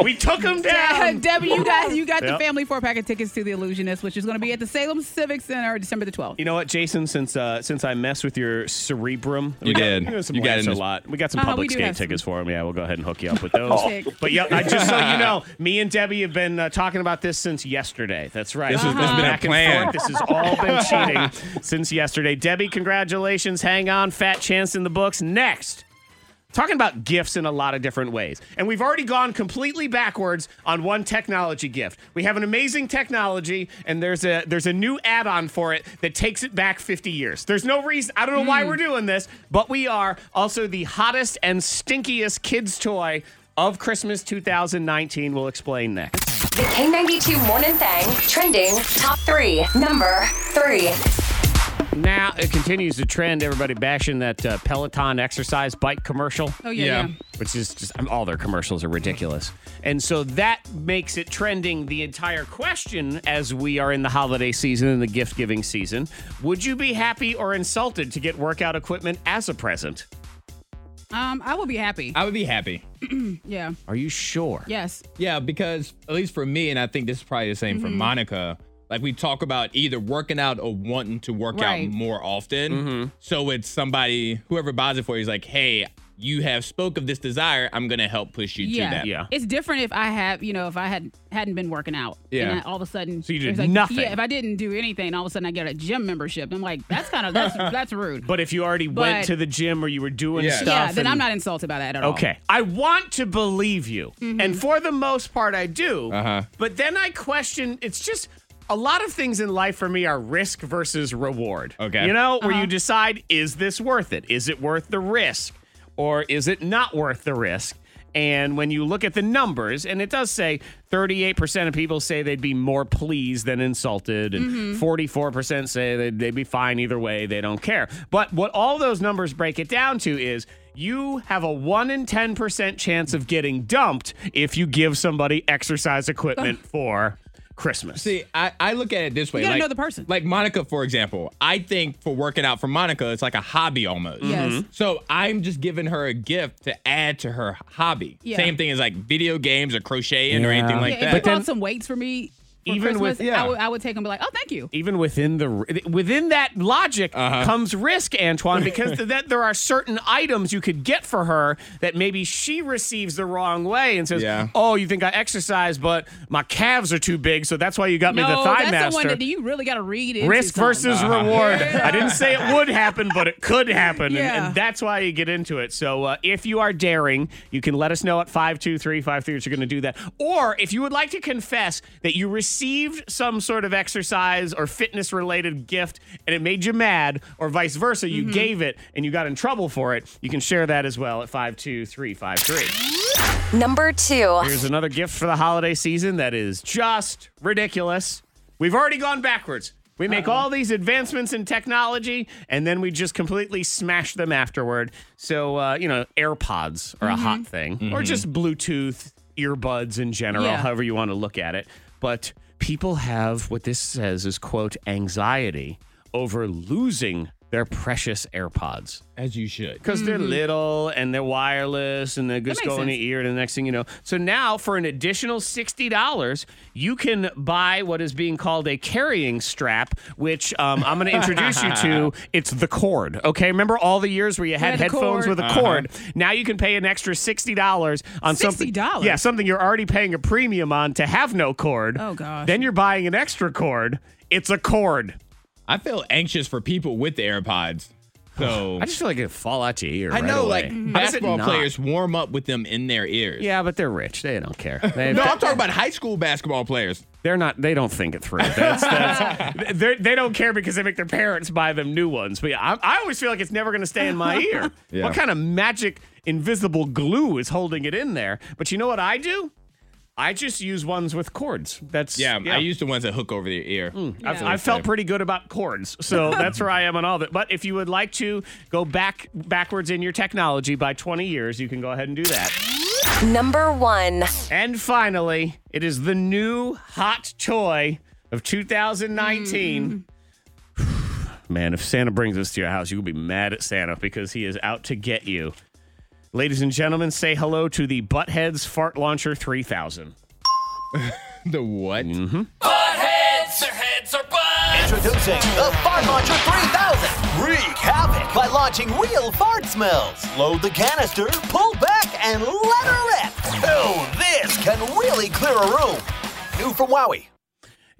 S4: we took him
S6: Yeah,
S4: down.
S6: Debbie, you got you got the
S4: Yep.
S6: family four pack of tickets to The Illusionist, which is going to be at the Salem Civic Center December the 12th.
S4: You know what, Jason? Since uh, since I messed with your cerebrum, we got-
S5: did.
S4: we got some
S5: You got
S4: laughs
S5: in
S4: a
S5: this-
S4: lot. We got some
S6: Uh-huh, we
S4: public
S6: do
S4: skate
S6: have some.
S4: tickets for him. Yeah, we'll go ahead and hook you up with those.
S6: Sick.
S4: But yeah, I just so you know, me and Debbie have been uh, talking about this since yesterday. That's right. Uh-huh.
S5: This has- this has been a
S4: Back and
S5: plan.
S4: forth. This has all been cheating since yesterday. Debbie, congratulations. Hang on, fat chance in the books. Next. Talking about gifts in a lot of different ways. And we've already gone completely backwards on one technology gift. We have an amazing technology and there's a there's a new add-on for it that takes it back 50 years. There's no reason I don't know
S5: Hmm.
S4: why we're doing this, but we are also the hottest and stinkiest kids toy of Christmas 2019. We'll explain next.
S3: The K92 Morning Thang trending top three. Number three.
S4: Now it continues to trend. Everybody bashing that uh, Peloton exercise bike commercial,
S6: Oh yeah,
S5: Yeah.
S6: yeah.
S4: which is just I mean, all their commercials are ridiculous. And so that makes it trending the entire question as we are in the holiday season and the gift giving season. Would you be happy or insulted to get workout equipment as a present?
S6: Um, I will be happy.
S5: I would be happy.
S6: Yeah.
S4: Are you sure?
S6: Yes.
S5: Yeah, because at least for me, and I think this is probably the same
S6: Mm-hmm.
S5: for Monica, like we talk about either working out or wanting to work
S6: Right.
S5: out more often.
S6: Mm-hmm.
S5: So it's somebody, whoever buys it for you, is like, hey, you have spoke of this desire. I'm going to help push you
S6: Yeah.
S5: to that.
S4: Yeah.
S6: It's different if I have, you know, if I had hadn't been working out.
S5: Yeah.
S6: And I, all of a sudden,
S4: So you did
S6: it's like,
S4: nothing.
S6: Yeah. If I didn't do anything, all of a sudden I get a gym membership. I'm like, that's kind of that's that's rude.
S4: But if you already went
S6: But-
S4: to the gym or you were doing
S5: Yeah.
S4: stuff,
S6: yeah, then
S4: and-
S6: I'm not insulted by that at all.
S4: Okay. I want to believe you. And for the most part, I do.
S5: Uh-huh.
S4: But then I question it's just a lot of things in life for me are risk versus reward.
S5: Okay.
S4: You know, where you decide, is this worth it? Is it worth the risk? Or is it not worth the risk? And when you look at the numbers, and it does say 38% of people say they'd be more pleased than insulted, and 44% say they'd, they'd be fine either way, they don't care. But what all those numbers break it down to is you have a 1 in 10% chance of getting dumped if you give somebody exercise equipment for Christmas.
S5: See, I, I look at it this way.
S6: gotta
S5: like,
S6: know the person.
S5: Like Monica, for example, I think for working out for Monica, it's like a hobby almost.
S6: Yes. Mhm.
S5: So I'm just giving her a gift to add to her hobby.
S6: Yeah.
S5: Same thing as like video games or crocheting or anything like
S6: Yeah, if
S5: that.
S6: you bought some weights for me, for
S4: Even with-
S6: Christmas,
S5: yeah.
S6: I would I would take them. And be like, oh, thank you.
S4: even within the within that logic comes risk, Antoine, because th- that there are certain items you could get for her that maybe she receives the wrong way and says,
S5: Yeah.
S4: "Oh, you think I exercise, but my calves are too big, so that's why you got me the
S6: no,
S4: thigh
S6: that's the
S4: master."
S6: one that you really got to read. into
S4: Risk
S6: something.
S5: Uh-huh.
S6: Uh-huh.
S4: versus reward.
S6: Yeah.
S4: I didn't say it would happen, but it could happen. And,
S6: Yeah.
S4: and that's why you get into it. So uh, if you are daring, you can let us know at 52353 that you're going to do that. Or if you would like to confess that you received some sort of exercise or fitness related gift and it made you mad, or vice versa, you
S6: Mm-hmm.
S4: gave it and you got in trouble for it, you can share that as well at 52353.
S3: Number two.
S4: Here's another gift for the holiday season that is just ridiculous. We've already gone backwards. We make all these advancements in technology, and then we just completely smash them afterward. So, uh, you know, AirPods are a hot thing, or just Bluetooth earbuds in general,
S6: Yeah.
S4: however you want to look at it. But people have what this says is quote anxiety over losing their precious AirPods
S5: As you should.
S4: because they're little and they're wireless and they just
S6: Mm-hmm. makes
S4: go in
S6: sense.
S4: the ear and the next thing you know. So now for an additional $60, you can buy what is being called a carrying strap, which um, I'm going to introduce you to. It's the cord, okay? Remember all the years where you had,
S6: had the
S4: headphones
S6: cord. Uh-huh.
S4: with a cord? Now you can pay an extra $60 on something.
S6: $60?
S4: Yeah, something you're already paying a premium on to have no cord.
S6: Oh, gosh.
S4: Then you're buying an extra cord. It's a cord.
S5: I feel anxious for people with the AirPods. So
S4: I just feel like it'd fall out your ear.
S5: I
S4: right
S5: know,
S4: away.
S5: like
S6: Mm-hmm.
S4: How does it
S5: basketball
S4: not?
S5: players warm up with them in their ears.
S4: Yeah, but they're rich. They don't care. They,
S5: No, I'm talking about high school basketball players.
S4: they're not. They don't think it through. That's, that's, they're- they don't care because they make their parents buy them new ones. But yeah, I, I always feel like it's never going to stay in my ear.
S5: Yeah.
S4: What kind of magic invisible glue is holding it in there? But you know what I do? I just use ones with cords. That's
S5: Yeah, Mm. I used the ones that hook over their ear.
S4: I've, I felt pretty good about cords, so that's where I am on all of it. But if you would like to go back backwards in your technology by 20 years, you can go ahead and do that.
S3: Number one.
S4: And finally, it is the new hot toy of 2019. Man, if Santa brings this to your house, you'll be mad at Santa because he is out to get you. Ladies and gentlemen, say hello to the Buttheads Fart Launcher 3000.
S5: the what?
S9: Introducing the Fart Launcher 3000. Wreak havoc by launching real fart smells. Load the canister, pull back, and let her rip. Oh, this can really clear a room. New from Wowie.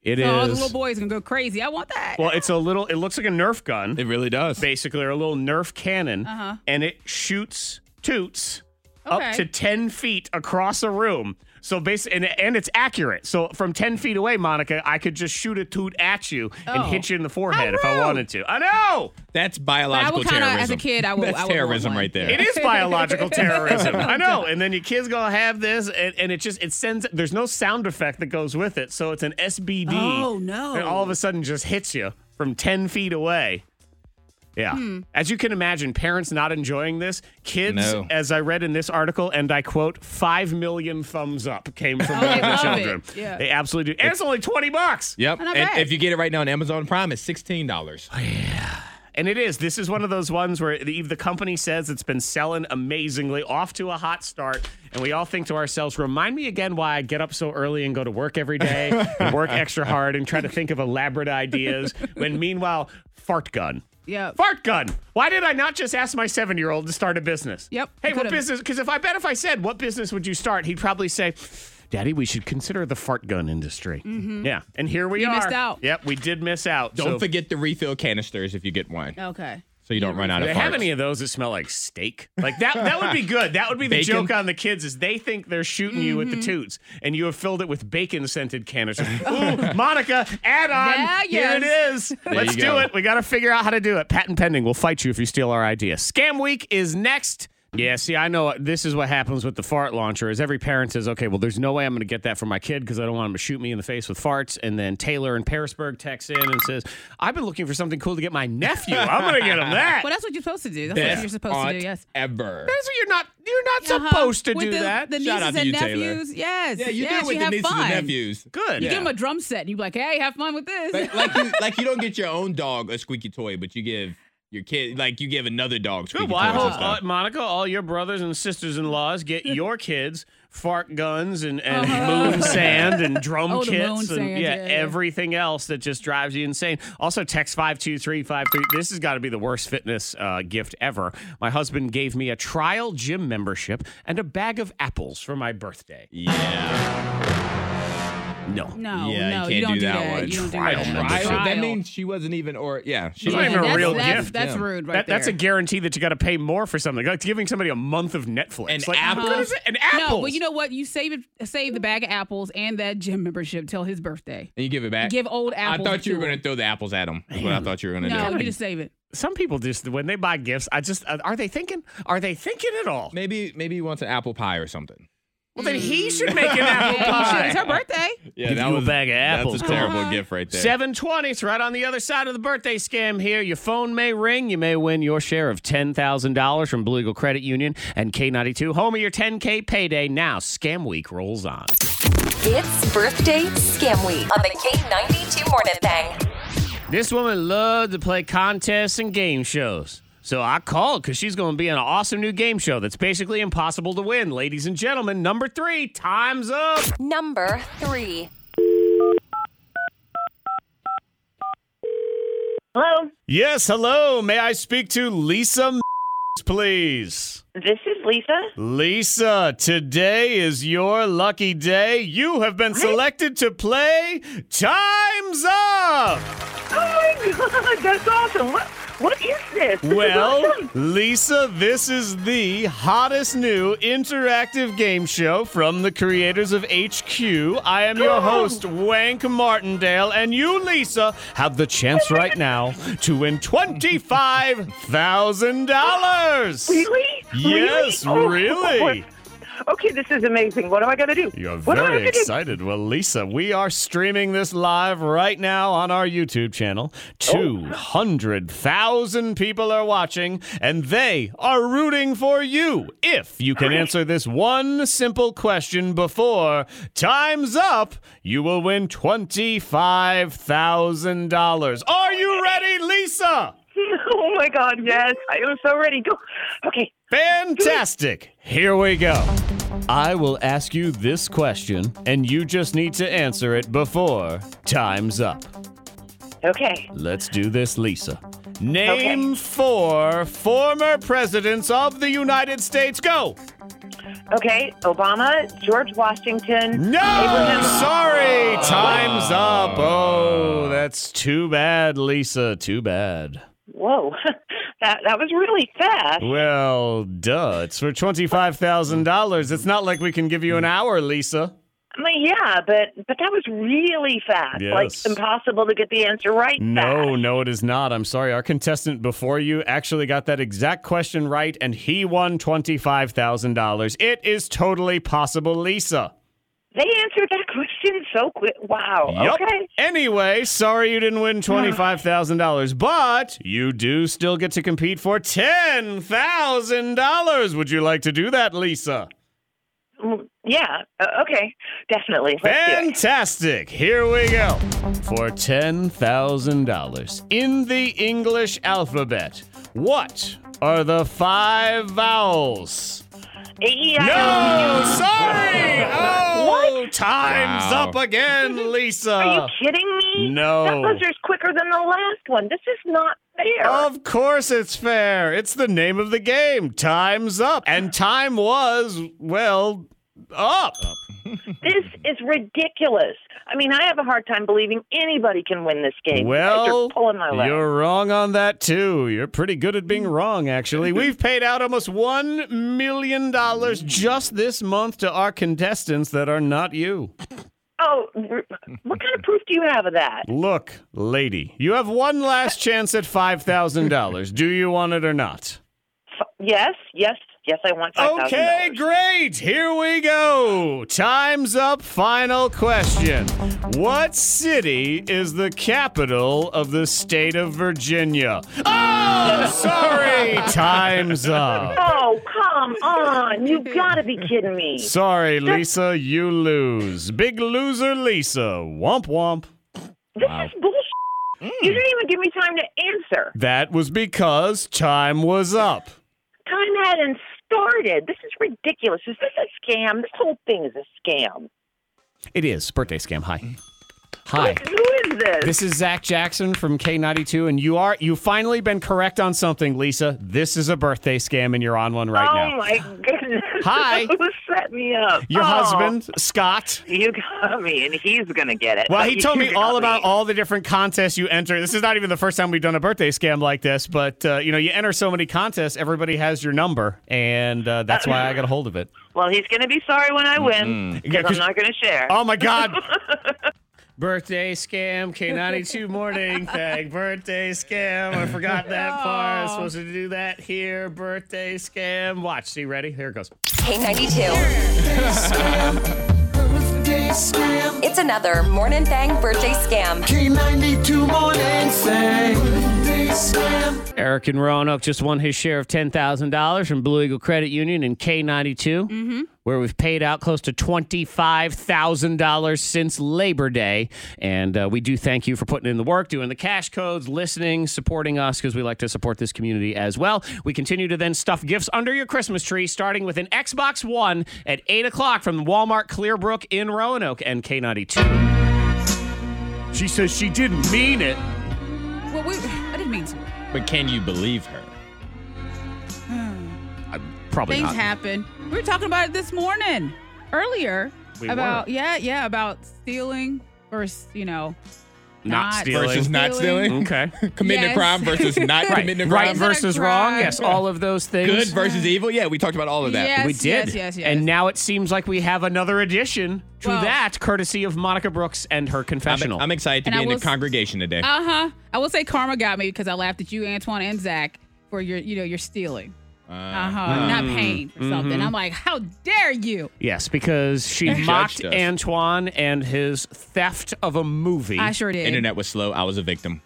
S4: It is.
S6: Oh, the little boy is gonna go crazy. I want that.
S4: well, it's a little, it looks like a Nerf gun.
S5: It really does.
S4: basically, or a little Nerf cannon, and it shoots toots
S6: Uh-huh. Okay.
S4: up to 10 feet across a room. So basically, and, and it's accurate. So from 10 feet away, Monica, I could just shoot a toot at you and
S6: Oh.
S4: hit you in the forehead if I
S6: rude.
S4: wanted to. I know!
S5: That's
S6: I
S5: biological
S6: would kind of,
S5: terrorism.
S6: as a kid, I would.
S5: That's
S6: I would
S5: terrorism
S6: want one.
S5: right there.
S4: It is biological terrorism. I know. And then your kid's going to have this, and, and it just, it sends, there's no sound effect that goes with it. So it's an SBD.
S6: Oh, no.
S4: It all of a sudden just hits you from 10 feet away. Yeah.
S6: Hmm.
S4: As you can imagine, parents not enjoying this. Kids,
S5: No.
S4: as I read in this article, and I quote, 5 million thumbs up came from
S6: they
S4: the
S6: Oh, love it.
S4: children.
S6: Yeah.
S4: They absolutely do. And it's only 20 bucks.
S5: Yep.
S6: Not
S5: and
S6: bad.
S5: if you get it right now on Amazon Prime, it's sixteen dollars.
S4: And it is. This is one of those ones where the, the company says it's been selling amazingly, off to a hot start. And we all think to ourselves, remind me again why I get up so early and go to work every day and work extra hard and try to think of elaborate ideas. When meanwhile, fart gun.
S6: Yep.
S4: Fart gun. Why did I not just ask my seven year old to start a business?
S6: Yep,
S4: Hey,
S6: you
S4: what
S6: could've.
S4: business? Because if I bet if I said, what business would you start? He'd probably say, Daddy, we should consider the fart gun industry. Yeah. And here we
S6: Mm-hmm.
S4: are.
S6: You missed out.
S4: Yep, we did miss out.
S5: Don't
S4: So-
S5: forget the refill canisters if you get one,
S6: Okay.
S5: so you don't run out
S4: do
S5: of.
S4: they
S5: farts.
S4: have any of those that smell like steak? Like that that would be good. That would be the
S5: Bacon?
S4: joke on the kids is they think they're shooting you with the
S5: Mm-hmm.
S4: toots and you have filled it with bacon scented canisters. Ooh, Monica, add on.
S6: Yeah,
S4: Here it is. Let's
S5: you
S4: do
S5: go.
S4: it. We got to figure out how to do it. Patent pending. We'll fight you if you steal our idea. Scam week is next. Yeah, see, I know this is what happens with the fart launcher is every parent says, okay, well, there's no way I'm going to get that for my kid because I don't want him to shoot me in the face with farts. And then Taylor in Parisburg texts in and says, I've been looking for something cool to get my nephew. I'm going to get him that.
S6: Well, that's what you're supposed to do. That's
S5: Best
S6: what you're supposed to do.
S5: aunt
S6: Yes.
S5: Ever.
S4: That's what you're not. You're not
S6: Uh-huh.
S4: supposed to
S6: With
S4: do
S6: the,
S4: that.
S6: The nieces
S5: Shout out to
S6: and
S5: you, Taylor.
S6: nephews. Yes.
S5: Yeah, you
S6: yes,
S5: do it with
S6: you
S5: the
S6: have
S5: nieces
S6: fun.
S5: and nephews.
S4: Good.
S6: You
S5: Yeah.
S6: give them a drum set, and you're like, "Hey, have fun with this."
S5: Like, like you, like you don't get your own dog a squeaky toy, but you give your kid, like you give another dog squeaky
S4: Good. Well, I
S5: toys and
S4: hope,
S5: stuff.
S4: uh, Monica, all your brothers and sisters-in-laws get your kids fart guns and, and moon sand and drum
S6: Uh-huh. Oh, the
S4: kits
S6: moon
S4: and
S6: sand,
S4: yeah,
S6: yeah, yeah.
S4: everything else that just drives you insane. Also, text five two three five three. This has got to be the worst fitness uh, gift ever. My husband gave me a trial gym membership and a bag of apples for my birthday.
S5: yeah,
S4: No.
S6: no,
S5: Yeah, you
S6: no,
S5: can't
S6: don't
S5: do
S6: do
S5: that
S6: that.
S5: one.
S6: You don't do
S4: Trial
S6: that.
S4: membership.
S5: Trial? that means she wasn't even, or yeah, she
S4: It's not
S6: Yeah,
S5: wasn't
S4: even a
S6: that's,
S4: real
S6: that's,
S4: gift.
S6: That's
S5: Yeah.
S6: rude, right
S4: That,
S6: there.
S4: that's a guarantee that you got to pay more for something. Like giving somebody a month of Netflix.
S5: An
S4: like,
S5: apple?
S4: What is it? An apple.
S6: Uh-huh. No, but you know what? You save it, save the bag of apples and that gym membership till his birthday.
S5: and you give it back.
S6: Give old
S5: I
S6: apples.
S5: thought you were
S6: to
S5: gonna
S6: him.
S5: throw the apples at him. That's what I thought you were gonna
S6: No,
S5: do.
S6: you just save it.
S4: some people just when they buy gifts, I just uh, are they thinking? Are they thinking at all?
S5: Maybe, maybe he wants an apple pie or something.
S10: Well, then he should make an apple pie.
S6: Mm. It's her birthday.
S5: Yeah,
S10: Give
S5: that
S10: you a
S5: was
S10: bag of apples.
S5: That's a
S10: Come
S5: terrible gift right there.
S10: 720. It's right on the other side of the birthday scam here. Your phone may ring. You may win your share of $10,000 from Blue Eagle Credit Union and K92, home of your 10K payday. Now, scam week rolls on.
S3: It's birthday scam week on the K92 Morning Thing.
S10: This woman loved to play contests and game shows. So I called because she's going to be in an awesome new game show that's basically impossible to win. Ladies and gentlemen, number three, time's up.
S3: Number three.
S7: Hello,
S4: Yes, hello. May I speak to Lisa, please?
S7: this is Lisa.
S4: Lisa, today is your lucky day. You have been selected to play Time's Up.
S7: Oh my God, that's awesome! What what is this? this
S4: Well, Lisa, this is the hottest new interactive game show from the creators of HQ. I am your host, Wank Martindale, and you, Lisa, have the chance right now to win $25,000.
S7: really? Oh,
S4: Yes, really.
S7: Okay, this is amazing. What am I gonna do?
S4: You're
S7: what am I
S4: very
S7: gonna do?
S4: excited. Well, Lisa, we are streaming this live right now on our YouTube channel.
S7: Oh.
S4: 200,000 people are watching, and they are rooting for you if you can answer this one simple question before time's up. You will win $25,000. Are you ready, Lisa?
S7: Oh my God, yes! I am so ready. Go. Okay.
S4: Fantastic. Here we go. I will ask you this question, and you just need to answer it before time's up.
S7: Okay.
S4: Let's do this, Lisa. Name four former presidents of the United States. Go.
S7: Okay. Obama, George Washington.
S4: No,
S7: Abraham.
S4: sorry. Time's up. Oh, that's too bad, Lisa. Too bad.
S7: Whoa, that that was really fast.
S4: Well, duh. It's for $25,000. It's not like we can give you an hour, Lisa.
S7: I mean, yeah, but but that was really fast.
S4: Yes.
S7: Like impossible to get the answer right.
S4: No,
S7: fast.
S4: no, it is not. I'm sorry. Our contestant before you actually got that exact question right, and he won $25,000. It is totally possible, Lisa.
S7: They answered that question so quick. Wow.
S4: Yup.
S7: Oh, Okay.
S4: Anyway, sorry you didn't win $25,000, but you do still get to compete for $10,000. Would you like to do that, Lisa?
S7: Mm, Yeah. Uh, okay. Definitely. Let's do it.
S4: Fantastic. Here we go. For $10,000 in the English alphabet, what are the five vowels?
S7: E, I, O,
S4: No, sorry. Oh, time's
S5: Wow.
S4: up again, Lisa.
S7: U. Are you kidding me?
S4: No.
S7: That buzzer's quicker than the last one. This is not fair.
S4: Of course it's fair. It's the name of the game. Time's up. And time was, well, up.
S7: this is ridiculous. I mean, I have a hard time believing anybody can win this game. You guys are
S4: Well,
S7: pulling my leg.
S4: you're wrong on that too. You're pretty good at being wrong, actually. We've paid out almost one million dollars just this month to our contestants that are not you.
S7: Oh, r- what kind of proof do you have of that?
S4: Look, lady, you have one last chance at five thousand dollars. Do you want it or not?
S7: F- yes, yes, yes. I want five thousand.
S4: Okay, great. Here we go. Time's up. Final question. What city is the capital of the state of Virginia? Oh, sorry. Time's up.
S7: Oh, come on! You gotta be kidding me.
S4: Sorry, Lisa, you lose. Big loser, Lisa. Womp womp.
S7: This is bullshit.
S4: Mm.
S7: You didn't even give me time to answer.
S4: That was because time was up.
S7: Time hadn't started. This is ridiculous. Is this a scam? This whole thing is a scam.
S4: It is. Birthday scam. Hi. Hi.
S7: Who is this?
S4: This is Zach Jackson from K92, and you are you finally been correct on something, Lisa. This is a birthday scam, and you're on one right
S7: oh
S4: now.
S7: my goodness!
S4: Hi.
S7: Who set me up?
S4: Your
S7: Oh,
S4: husband, Scott.
S7: You got me, and he's gonna get it.
S4: Well, he
S7: You
S4: told me
S7: got
S4: all about all the different contests you enter. This is not even the first time we've done a birthday scam like this, but uh, you know, you enter so many contests, everybody has your number, and uh, that's why I got a hold of it. Mm-hmm.
S7: Well, he's gonna be sorry when I win because Oh
S4: Yeah, 'cause-
S7: I'm not gonna share.
S4: Oh my God. Birthday scam, K92 morning thing. Birthday scam. I forgot that part. I was supposed to do that here. Birthday scam. Watch. See, ready? Here it goes.
S3: K92. It's another Morning Thang birthday scam.
S4: Eric in Roanoke just won his share of $10,000 from Blue Eagle Credit Union and K92, where we've paid out close to $25,000 since Labor Day. And uh, we do thank you for putting in the work, doing the cash codes, listening, supporting us, because we like to support this community as well. We continue to then stuff gifts under your Christmas tree, starting with an Xbox One at 8 o'clock from Walmart Clearbrook in Roanoke and K92.
S1: She says she didn't mean it.
S6: Well, we, I didn't mean to.
S5: But can you believe her?
S4: Probably
S6: Things
S4: not.
S6: happen. We were talking about it this morning, earlier.
S4: We
S6: about yeah, yeah, about stealing versus you know
S4: Not stealing.
S5: Versus not stealing?
S4: okay.
S5: Committing
S6: Yes.
S5: a crime versus not committing a crime?
S4: Right
S6: Is it a
S4: versus wrong.
S6: crime?
S4: Yes, all of those things.
S5: Good versus evil? Yeah, we talked about all of that.
S6: Yes,
S4: We did.
S6: Yes, yes, yes.
S4: And now it seems like we have another addition to
S6: Well-
S4: that, courtesy of Monica Brooks and her
S5: I'm,
S4: confessional.
S5: I'm excited to
S6: And I
S5: be in
S6: will
S5: the
S6: s-
S5: congregation today.
S6: Uh huh. I will say karma got me because I laughed at you, Antoine, and Zach for your, you know, your stealing. Uh huh.
S5: Mm-hmm.
S6: Not paying for something. I'm like, how dare you?
S4: yes, because she
S5: judged
S4: mocked
S5: us.
S4: Antoine and his theft of a movie.
S6: I sure did.
S5: Internet was slow. I was a victim.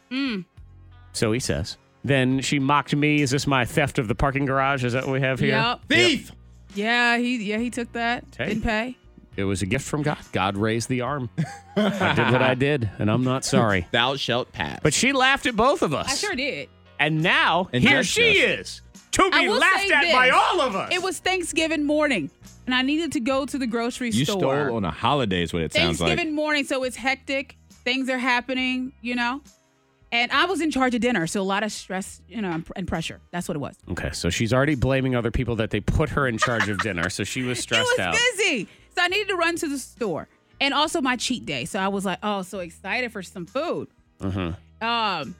S4: so he says. Then she mocked me. Is this my theft of the parking garage? Is that what we have here?
S6: Yep.
S5: Thief!
S6: Yeah. He. Yeah. He took that.
S4: Hey.
S6: Didn't pay.
S4: It was a gift from God. God raised the arm. I did what I did, and I'm not sorry.
S5: Thou shalt pass.
S4: But she laughed at both of us.
S6: I sure did.
S4: And now
S5: And
S4: here
S5: judged
S4: she is to
S6: I
S4: be
S6: will
S4: laughed
S6: say
S4: at by
S6: this.
S4: all of us.
S6: It was Thanksgiving morning, and I needed to go to the grocery
S5: you
S6: store.
S5: stole on a holiday is what it sounds like.
S6: Thanksgiving morning, so it's hectic. Things are happening, you know. And I was in charge of dinner, so a lot of stress, you know, and- and pressure. That's what it was.
S4: Okay, so she's already blaming other people that they put her in charge of dinner, so she was stressed
S6: it was
S4: out.
S6: busy. So I needed to run to the store. And also my cheat day. So I was like, oh, so excited for some food.
S4: Mm-hmm.
S6: Um,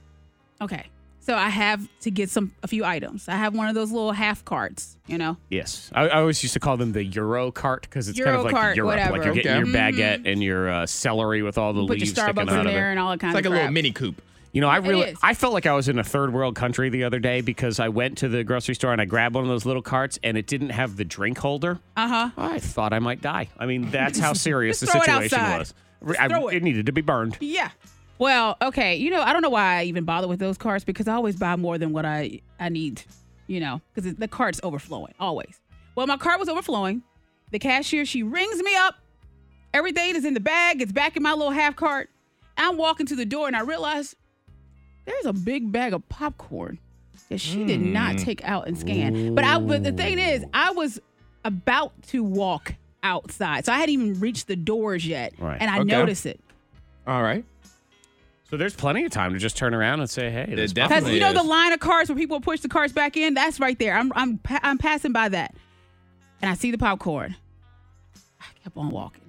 S6: okay. So I have to get some a few items. I have one of those little half carts, you know.
S4: Yes, I, I always used to call them the Euro cart because it's kind of like
S6: Eurocart,
S4: Europe,
S6: whatever. Mm-hmm.
S4: like you're getting
S5: Okay.
S4: your baguette and your uh, celery with all the
S6: Put your
S4: leaves sticking
S6: Starbucks
S4: out
S6: in
S4: of
S6: there
S4: it.
S6: and all that kind
S5: it's
S6: of
S5: like a
S6: crap.
S5: little mini coupe.
S4: You know, I really
S6: is.
S4: I felt like I was in a third world country the other day because I went to the grocery store and I grabbed one of those little carts and it didn't have the drink holder.
S6: Uh-huh.
S4: I thought I might die. I mean, that's how serious the
S6: Just throw it
S4: situation
S6: outside.
S4: was.
S6: Just
S4: I-
S6: throw it.
S4: it needed to be burned.
S6: Yeah. Well, okay. You know, I don't know why I even bother with those carts because I always buy more than what I I need. You know, because the cart's overflowing always. Well, my cart was overflowing. The cashier she rings me up. Everything is in the bag. It's back in my little half cart. I'm walking to the door and I realize there's a big bag of popcorn that she did not take out and scan. But I but the thing is, I was about to walk outside, so I hadn't even reached the doors yet,
S4: Right.
S6: and I
S5: Okay.
S6: noticed it.
S5: All right.
S4: So there's plenty of time to just turn around and say, "Hey, this
S5: definitely-
S6: Because you know the
S5: is.
S6: line of cars where people push the cars back in. That's right there. I'm I'm pa- I'm passing by that, and I see the popcorn. I kept on walking.